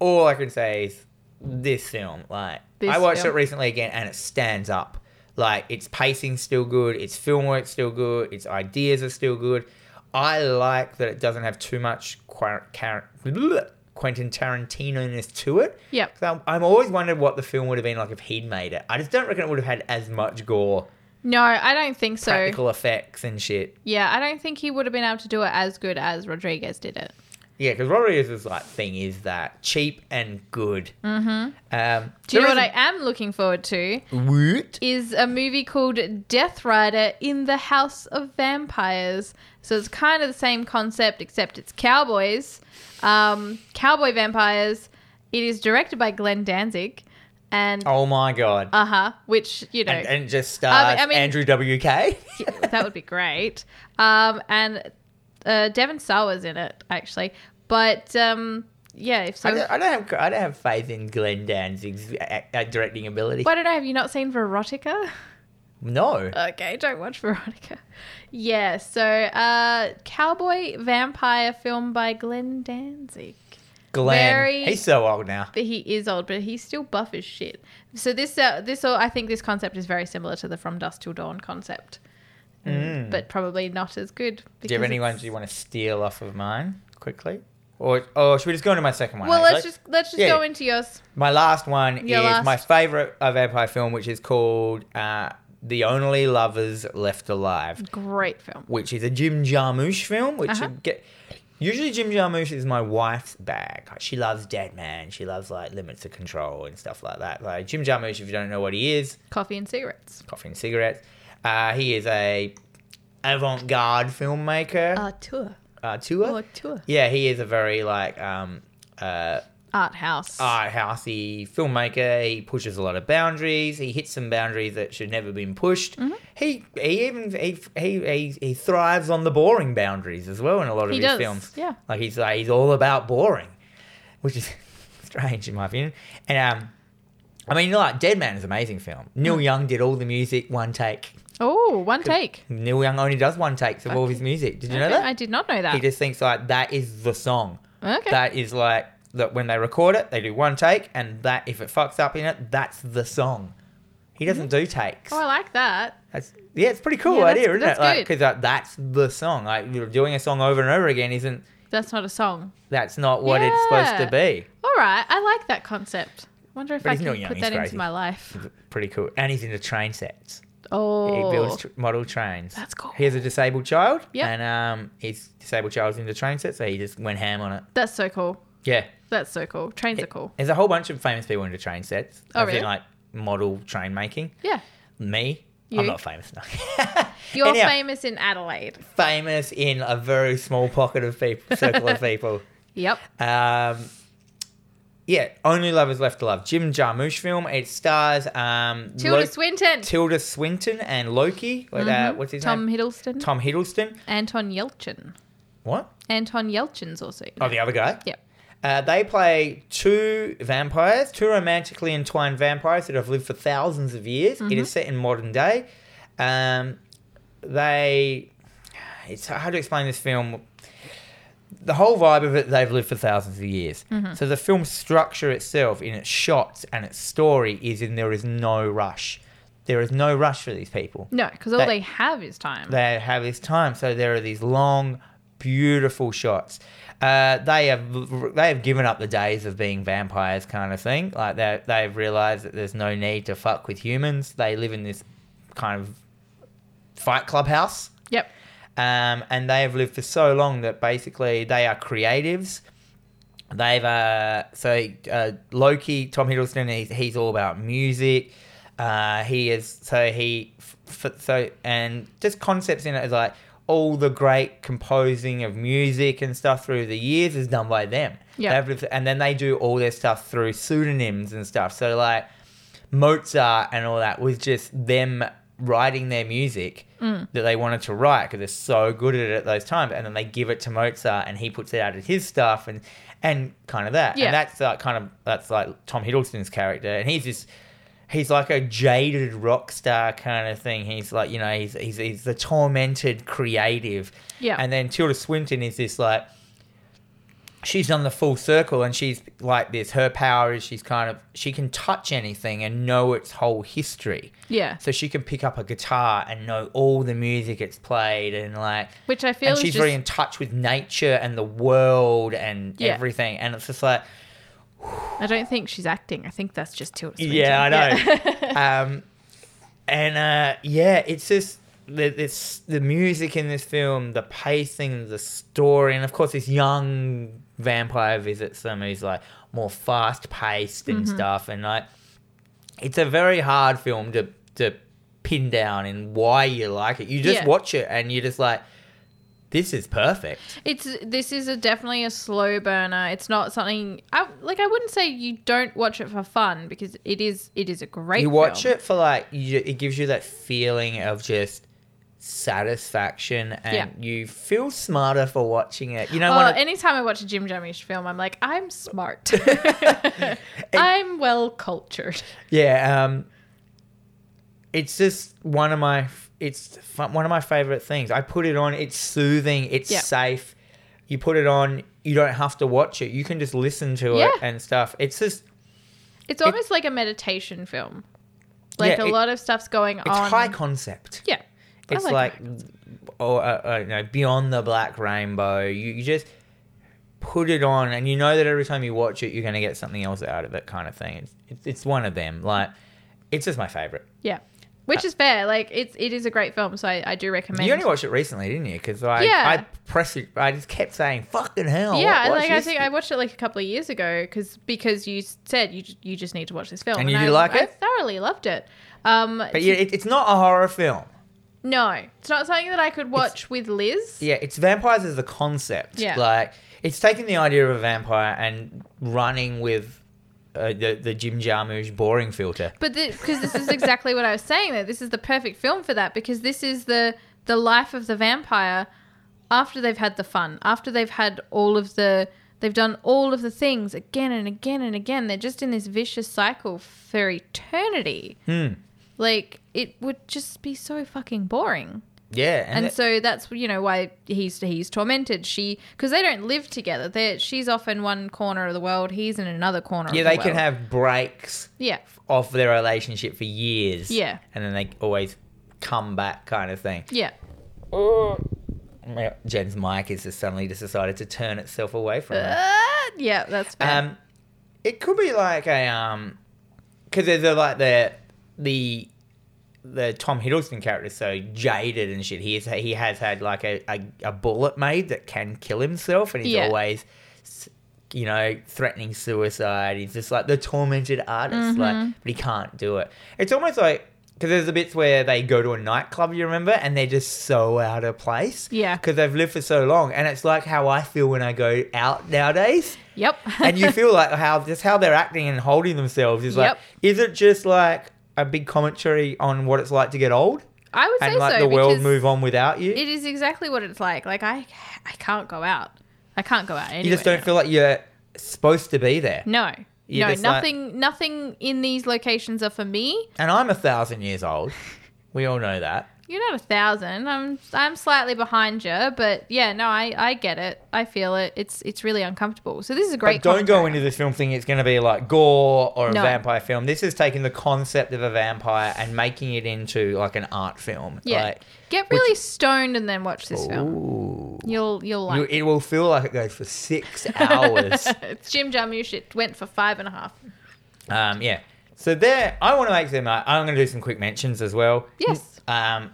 S2: all I can say is this film. Like
S1: This
S2: I watched
S1: film.
S2: it recently again, and it stands up. Like its pacing's still good, its film work's still good, its ideas are still good. I like that it doesn't have too much Quar- Car- Quentin Tarantino-ness to it.
S1: Yep.
S2: 'Cause I'm, I'm always wondered what the film would have been like if he'd made it. I just don't reckon it would have had as much gore,
S1: No, I don't think so.
S2: practical effects, and shit.
S1: Yeah, I don't think he would have been able to do it as good as Rodriguez did it.
S2: Yeah, because Rodriguez's like thing is that cheap and good. Mm-hmm.
S1: Do you
S2: Um, there
S1: know
S2: is
S1: what
S2: a-
S1: I am looking forward to?
S2: Woot.
S1: Is a movie called Death Rider in the House of Vampires. So it's kind of the same concept, except it's cowboys, um, cowboy vampires. It is directed by Glenn Danzig, and
S2: Oh my god.
S1: uh huh, which you know
S2: and, and just stars
S1: I mean-
S2: Andrew WK.
S1: <laughs> that would be great. Um, and uh, Devon Sawa's in it actually, but um, yeah, if so.
S2: <laughs> I, don't, I don't have I don't have faith in Glenn Danzig's a- a- directing ability.
S1: Why don't I have you not seen Verotica? <laughs>
S2: No.
S1: Okay, don't watch Veronica. Yeah, so uh cowboy vampire film by Glenn Danzig.
S2: Glenn.
S1: very-
S2: He's so old now.
S1: But he is old, but he's still buff as shit. So this uh, this all I think this concept is very similar to the From Dusk Till Dawn concept. Mm, But probably not as good.
S2: Do you
S1: because
S2: have any
S1: it's-
S2: ones you want to steal off of mine quickly? Or, or should we just go into my second one?
S1: Well, let's
S2: actually?
S1: just let's just
S2: Yeah,
S1: go
S2: yeah.
S1: into yours.
S2: My last one
S1: Your
S2: is
S1: last.
S2: my favorite of vampire film, which is called uh, "The Only Lovers Left Alive."
S1: Great film.
S2: which is a Jim Jarmusch film, which
S1: Uh-huh.
S2: you get. Usually, Jim Jarmusch is my wife's bag. Like, She loves Dead Man. She loves like Limits of Control and stuff like that. Like Jim Jarmusch, if you don't know what he is,
S1: Coffee and cigarettes.
S2: coffee and cigarettes. Uh, he is a avant-garde
S1: Uh,
S2: filmmaker.
S1: Artur.
S2: Artur.
S1: Artur.
S2: Yeah, he is a very like um uh
S1: Art house.
S2: art housey uh, filmmaker. He pushes a lot of boundaries. He hits some boundaries that should never been pushed.
S1: Mm-hmm.
S2: He he even he, he he he thrives on the boring boundaries as well in a lot of
S1: He
S2: his
S1: does,
S2: films.
S1: yeah.
S2: like he's like he's all about boring, which is <laughs> strange in my opinion. And um, I mean, like Dead Man is an amazing film.
S1: Mm.
S2: Neil Young did all the music one take.
S1: oh, one take.
S2: Neil Young only does one takes of all of his music. Did you know
S1: Okay,
S2: that?
S1: I did not know that.
S2: He just thinks like that is the song.
S1: Okay.
S2: That is like that when they record it, they do one take, and that if it fucks up in it, that's the song. He doesn't do takes.
S1: oh, I like that.
S2: That's yeah, it's a pretty cool
S1: Yeah, that's-
S2: idea, isn't
S1: that's
S2: it? Like
S1: good.
S2: because like, that's the song. Like you're doing a song over and over again isn't
S1: That's not a song.
S2: that's not what it's supposed to
S1: Yeah.
S2: be.
S1: All right, I like that concept. Wonder if
S2: But
S1: I
S2: he's
S1: can
S2: not young,
S1: put
S2: he's
S1: that into
S2: crazy.
S1: my
S2: <laughs>
S1: life.
S2: Pretty cool, and he's into train sets. He
S1: Oh,
S2: builds tr- model trains.
S1: That's cool.
S2: He has a disabled child,
S1: Yep.
S2: and um, his disabled child's into train sets, so he just went ham on it.
S1: that's so cool.
S2: Yeah,
S1: That's so cool. Trains are cool.
S2: There's a whole bunch of famous people into train sets.
S1: Oh,
S2: as in,
S1: really?
S2: like model train making.
S1: Yeah.
S2: Me,
S1: You?
S2: I'm not famous. No. <laughs>
S1: You're
S2: Anyhow,
S1: famous in Adelaide.
S2: famous in a very small pocket of people, circle of
S1: <laughs>
S2: people.
S1: Yep.
S2: Um, yeah, Only Lovers Left to Love. Jim Jarmusch film. It stars um,
S1: Tilda
S2: Lo-
S1: Swinton.
S2: Tilda Swinton and Loki. Like, uh,
S1: Mhm.
S2: what's his
S1: Tom
S2: name?
S1: Hiddleston.
S2: Tom Hiddleston.
S1: Anton Yelchin.
S2: What?
S1: Anton Yelchin's also. in
S2: Oh,
S1: it.
S2: the other guy?
S1: Yep.
S2: Uh, they play two vampires, two romantically entwined vampires that have lived for thousands of years. It is set in modern day. Um, they. It's hard to explain this film. The whole vibe of it, they've lived for thousands of years. So the film structure itself, in its shots and its story, is in there is no rush. There is no rush for these people
S1: No, because all
S2: That-
S1: they have is time.
S2: they have this time. So there are these long, beautiful shots. Uh, they have they have given up the days of being vampires, kind of thing. Like they they've realised that there's no need to fuck with humans. They live in this kind of fight club house,
S1: yep.
S2: um, and they have lived for so long that basically they are creatives. They've uh, so uh, Loki, Tom Hiddleston, he's, he's all about music. Uh, he is so he f- f- so and just concepts in it is like all the great composing of music and stuff through the years is done by them.
S1: Yeah.
S2: They've lived- and then they do all their stuff through pseudonyms and stuff. So like Mozart and all that was just them writing their music that they wanted to write because they're so good at it at those times. And then they give it to Mozart and he puts it out as his stuff and and kind of that.
S1: Yeah.
S2: And that's like kind of that's like Tom Hiddleston's character. And he's just he's like a jaded rock star kind of thing. He's like, you know, he's he's, he's the tormented creative.
S1: Yeah.
S2: And then Tilda Swinton is this like she's done the full circle and she's like this her power is she's kind of she can touch anything and know its whole history
S1: Yeah.
S2: so she can pick up a guitar and know all the music it's played and like
S1: Which I feel
S2: and
S1: is
S2: she's
S1: just.
S2: very in touch with nature and the world and
S1: Yeah.
S2: everything and it's just like
S1: I don't think she's acting. I think that's just Tilda Swinton.
S2: yeah,
S1: <laughs>
S2: I know. um, and uh, yeah, it's just the, this, the music in this film, the pacing, the story, and of course, this young vampire visits them who's like more fast paced and stuff. And like, it's a very hard film to, to pin down and why you like it. You just
S1: Yeah.
S2: watch it and you're just like, this is perfect.
S1: It's this is a definitely a slow burner. It's not something I like. I wouldn't say you don't watch it for fun because it is it is a great.
S2: you watch
S1: film.
S2: it for like you, it gives you that feeling of just satisfaction and
S1: Yeah.
S2: you feel smarter for watching it you know
S1: Oh,
S2: when it-
S1: anytime I watch a Jim Jarmusch film, I'm like, I'm smart.
S2: <laughs>
S1: <laughs> I'm well cultured.
S2: yeah um it's just one of my it's fu- one of my favorite things i put it on it's soothing it's
S1: Yeah.
S2: safe you put it on you don't have to watch it you can just listen to
S1: Yeah.
S2: it and stuff it's just
S1: It's almost like a meditation film. Like
S2: Yeah,
S1: a
S2: it-
S1: lot of stuff's going
S2: it's
S1: on.
S2: high concept
S1: yeah. I
S2: It's
S1: like
S2: like, oh, uh, uh, you know, beyond the black rainbow. You, you just put it on, and you know that every time you watch it, you're going to get something else out of it, kind of thing. It's, it's, it's one of them. Like, it's just my favorite.
S1: Yeah. Which is fair. Like it's it is a great film, so I, I do recommend.
S2: You Uh, only watched it recently, didn't you? Because I,
S1: Yeah.
S2: I pressed it. I just kept saying, "Fucking hell!"
S1: yeah,
S2: wa- watch
S1: like I
S2: Oh, this
S1: think I watched it like a couple of years ago because because you said you ju- you just need to watch this film,
S2: And you
S1: I,
S2: did like
S1: I
S2: it?
S1: thoroughly loved it. Um,
S2: But yeah, it, it's not a horror film.
S1: No, it's not something that I could watch with Liz.
S2: Yeah, it's vampires as a concept.
S1: Yeah.
S2: Like it's taking the idea of a vampire and running with uh, the the Jim Jarmusch boring filter.
S1: But because this is exactly what I was saying, that this is the perfect film for that because this is the the life of the vampire after they've had the fun, after they've had all of the they've done all of the things again and again and again. They're just in this vicious cycle for eternity.
S2: Hmm.
S1: Like it would just be so fucking boring.
S2: Yeah,
S1: And,
S2: and, that-
S1: so that's you know why he's he's tormented. She because they don't live together. They she's off in one corner of the world. He's in another corner.
S2: yeah,
S1: of the
S2: they can
S1: world.
S2: have breaks
S1: yeah.
S2: off their relationship for years.
S1: Yeah.
S2: and then they always come back, kind of thing.
S1: Yeah.
S2: Yeah, Jen's mic has just suddenly just decided to turn itself away from her.
S1: Uh, yeah, that's fair.
S2: Um, it could be like a um, because there's a, like the the the Tom Hiddleston character is so jaded and shit. He is, he has had like a, a, a bullet made that can kill himself, and he's
S1: Yeah.
S2: always s- you know threatening suicide. He's just like the tormented artist,
S1: Mm-hmm.
S2: like but he can't do it. It's almost like. Because there's the bits where they go to a nightclub, you remember, and they're just so out of place.
S1: Yeah.
S2: Because they've lived for so long. And it's like how I feel when I go out nowadays
S1: Yep.
S2: and you feel like how just how they're acting and holding themselves is like
S1: Yep.
S2: is it just like a big commentary on what it's like to get old
S1: <laughs> I would
S2: and
S1: say so
S2: like the world
S1: because
S2: move on without you
S1: it is exactly what it's like. Like I, I can't go out. I can't go out. Anywhere.
S2: you just don't feel like you're supposed to be there
S1: No.
S2: You're
S1: no,
S2: just like-
S1: nothing. nothing in these locations are for me.
S2: and i'm a thousand years old we all know that
S1: You're not a thousand. I'm. I'm slightly behind you, but yeah. No, I. I get it. I feel it. It's. It's really uncomfortable. So this is a great.
S2: but don't go
S1: commentary.
S2: into this film thinking it's going to be like gore or a
S1: No.
S2: vampire film this is taking the concept of a vampire and making it into like an art film
S1: Yeah.
S2: like
S1: get
S2: which-
S1: really stoned and then watch this film.
S2: ooh.
S1: You'll. You'll
S2: You-
S1: like.
S2: it will feel like it goes for six
S1: <laughs>
S2: hours
S1: it's Jim Jarmusch. It went for five and a half.
S2: Um, yeah. So there, I want to make them. Uh, I'm going to do some quick mentions as well.
S1: Yes.
S2: Um,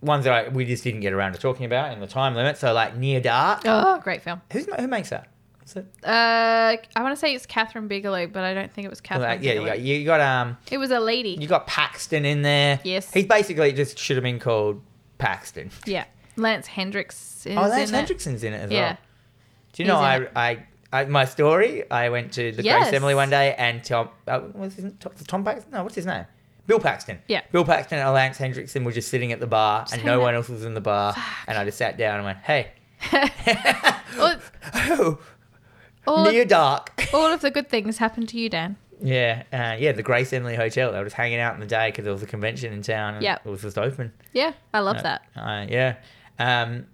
S2: ones that I, we just didn't get around to talking about in the time limit. So like Near Dark.
S1: Oh, great film.
S2: Who's ma- who makes that? Is it-
S1: Uh, I want to say it's Catherine Bigelow, but I don't think it was Catherine.
S2: like, yeah, you
S1: Bigelow.
S2: got, you got um,
S1: it was a lady.
S2: you got Paxton in there.
S1: Yes.
S2: He's basically just should have been called Paxton.
S1: yeah, Lance Hendricks. Is
S2: oh, Lance
S1: in it.
S2: Hendrickson's in it as
S1: Yeah.
S2: well. Do you
S1: He's
S2: know
S1: in
S2: I,
S1: it.
S2: I I my story? I went to the
S1: Yes.
S2: Grace Emily one day and Tom uh, what's his, Tom, Tom Paxton? No, what's his name? Bill Paxton.
S1: Yeah.
S2: Bill Paxton and Lance Hendrickson were just sitting at the bar and
S1: Sitting
S2: no
S1: there.
S2: one else was in the bar. And I just sat down and went, Hey.
S1: <laughs> All,
S2: <laughs> oh,
S1: all,
S2: near
S1: of,
S2: dark.
S1: all of the good things happened to you, Dan.
S2: yeah. Uh, yeah, the Grace Emily Hotel. They were just hanging out in the day because there was a convention in town and
S1: Yep.
S2: it was just open.
S1: Yeah, I love that.
S2: Uh, yeah. Um,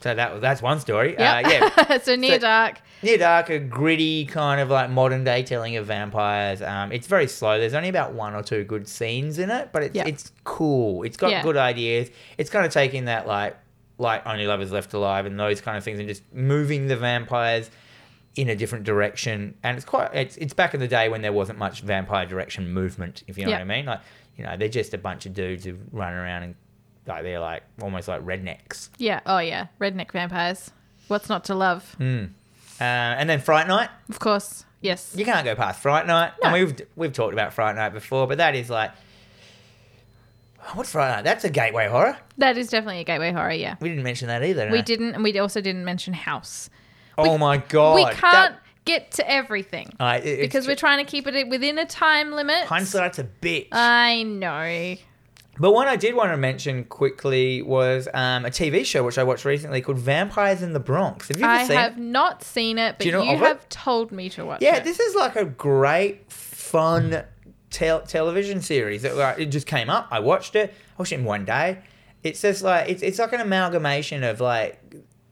S2: so that was that's one story.
S1: Yep.
S2: Uh, yeah.
S1: <laughs> so near
S2: So-
S1: dark.
S2: Near Dark, a gritty kind of like modern day telling of vampires. Um, it's very slow. There's only about one or two good scenes in it, but it's
S1: Yeah.
S2: it's cool. It's got
S1: Yeah.
S2: good ideas. It's kind of taking that like like only lovers left alive and those kind of things, and just moving the vampires in a different direction. And it's quite it's it's back in the day when there wasn't much vampire direction movement. If you know
S1: Yeah.
S2: what I mean, like you know they're just a bunch of dudes who run around and like they're like almost like rednecks.
S1: Yeah. Oh yeah, redneck vampires. What's not to love?
S2: Uh, and then Fright Night.
S1: Of course. Yes.
S2: You can't go past Fright Night.
S1: No.
S2: And we've we've talked about Fright Night before, but that is like oh, what's Fright Night? That's a gateway horror.
S1: That is definitely a gateway horror. Yeah.
S2: We didn't mention that either.
S1: We
S2: no.
S1: didn't, and we also didn't mention House.
S2: Oh my god.
S1: we
S2: that-
S1: can't get to everything
S2: I- it- it's
S1: because
S2: tr-
S1: we're trying to keep it within a time limit.
S2: hindsight's a bitch.
S1: I know.
S2: but one I did want to mention quickly was um, a TV show which I watched recently called Vampires in the Bronx. Have you ever
S1: I
S2: seen? it?
S1: have not seen it, but
S2: you
S1: you,
S2: know of it?
S1: have told me to watch
S2: Yeah,
S1: it.
S2: this is like a great fun tel- television series. It, like, it just came up. I watched it. I watched it in one day. It's just like it's it's like an amalgamation of like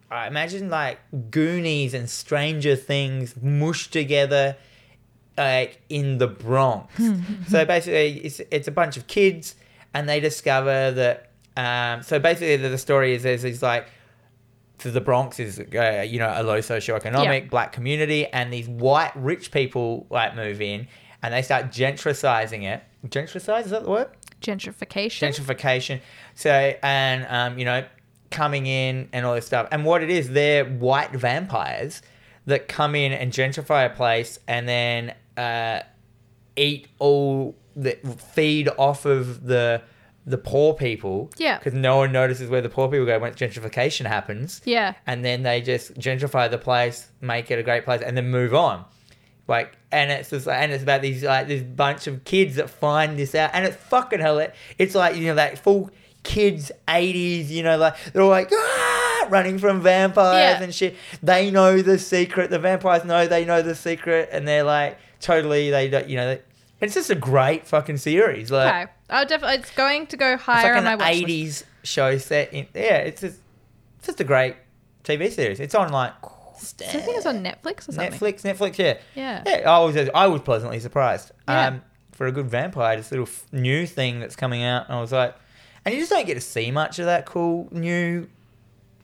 S2: I imagine like Goonies and Stranger Things mushed together like in the Bronx. so basically, it's it's a bunch of kids, and they discover that. Um, so basically, the, the story is there's these like. So the Bronx is, uh, you know, a low socioeconomic
S1: Yeah.
S2: black community, and these white rich people like move in, and they start gentricizing it. Gentricize is that the word?
S1: Gentrification.
S2: gentrification. So and um, you know, coming in and all this stuff. And what it is, they're white vampires that come in and gentrify a place and then uh, eat all the feed off of the the poor people.
S1: Yeah.
S2: Because no one notices where the poor people go once gentrification happens.
S1: Yeah.
S2: And then they just gentrify the place, make it a great place, and then move on. Like, and it's just, and it's about these like this bunch of kids that find this out, and it's fucking hilarious. It's like you know that full kids '80s, you know, like they're all like ah, running from vampires
S1: Yeah.
S2: and shit. They know the secret. The vampires know they know the secret, and they're like totally they don't, you know. They, it's just a great fucking series. Like,
S1: Okay. I'll definitely. It's going to go
S2: it's
S1: higher
S2: like
S1: on my
S2: an
S1: watch list.
S2: eighties show set in yeah, it's just it's just a great TV series. It's on like
S1: I think it's on Netflix or something.
S2: Netflix, Netflix, yeah.
S1: Yeah.
S2: Yeah, I was I was pleasantly surprised.
S1: Yeah.
S2: Um for a good vampire, this little f- new thing that's coming out and I was like and you just don't get to see much of that cool new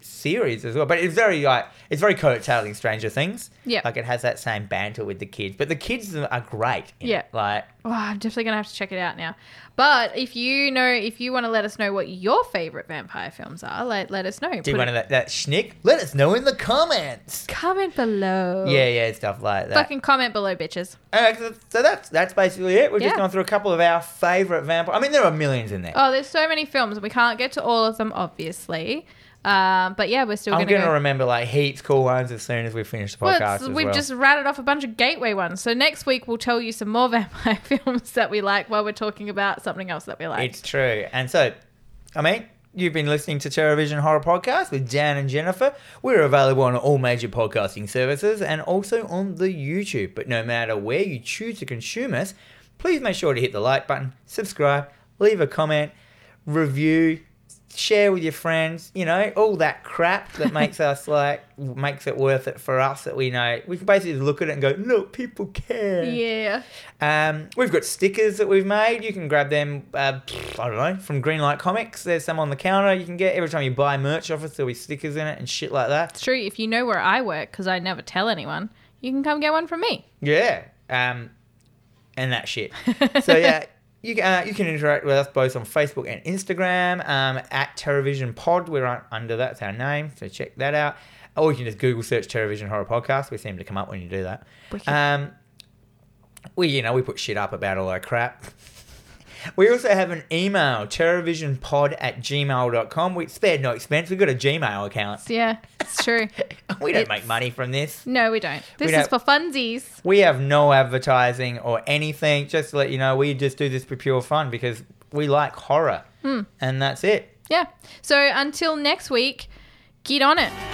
S2: series as well. But it's very like it's very curtailing Stranger Things.
S1: Yeah.
S2: Like it has that same banter with the kids. But the kids are great. in it.
S1: Yeah.
S2: Like
S1: Oh, I'm definitely gonna have to check it out now. But if you know, if you want to let us know what your favorite vampire films are, like let us know.
S2: do
S1: Put it-
S2: one of that, that schnick? Let us know in the comments.
S1: comment below.
S2: Yeah, yeah, stuff like that.
S1: Fucking comment below, bitches.
S2: Uh, so- so that's that's basically it. We've just
S1: Yeah.
S2: gone through a couple of our favorite vampire. I mean, there are millions in there.
S1: Oh, there's so many films. We can't get to all of them, obviously. Um, but yeah, we're still
S2: I'm
S1: gonna,
S2: gonna
S1: go.
S2: remember like heaps cool ones as soon as we finish the
S1: Well,
S2: podcast.
S1: it's-
S2: as
S1: we've
S2: well.
S1: just ratted off a bunch of gateway ones. So next week we'll tell you some more <laughs> vampire films that we like while we're talking about something else that we like.
S2: it's true. And so, I mean, you've been listening to Terrorvision Horror Podcast with Dan and Jennifer. We're available on all major podcasting services and also on the YouTube. But no matter where you choose to consume us, please make sure to hit the like button, subscribe, leave a comment, review. Share with your friends, you know, all that crap
S1: <laughs>
S2: that makes us like makes it worth it for us. That we know we can basically look at it and go, look, people care.
S1: yeah.
S2: Um, we've got stickers that we've made. You can grab them. Uh, I don't know from Greenlight Comics. There's some on the counter. You can get every time you buy merch off us. There'll be stickers in it and shit like that.
S1: It's true. If you know where I work, because I never tell anyone, you can come get one from me.
S2: Yeah. Um, and that shit. so yeah, you can uh, you can interact with us both on Facebook and Instagram um, at Terrorvision Pod. We're on, under that's our name, so check that out. Or you can just Google search Terrorvision Horror Podcast. We seem to come up when you do that.
S1: Wicked.
S2: Um, we you know we put shit up about all our crap. <laughs> We also have an email, terrorvisionpod at gmail.com. We spared no expense. We've got a Gmail account.
S1: Yeah, it's
S2: <laughs>
S1: true.
S2: We don't
S1: It's-
S2: make money from this.
S1: No, we don't. This
S2: don't-
S1: is for funsies.
S2: We have no advertising or anything. Just to let you know, we just do this for pure fun because we like horror. And that's it.
S1: Yeah. So until next week, get on it.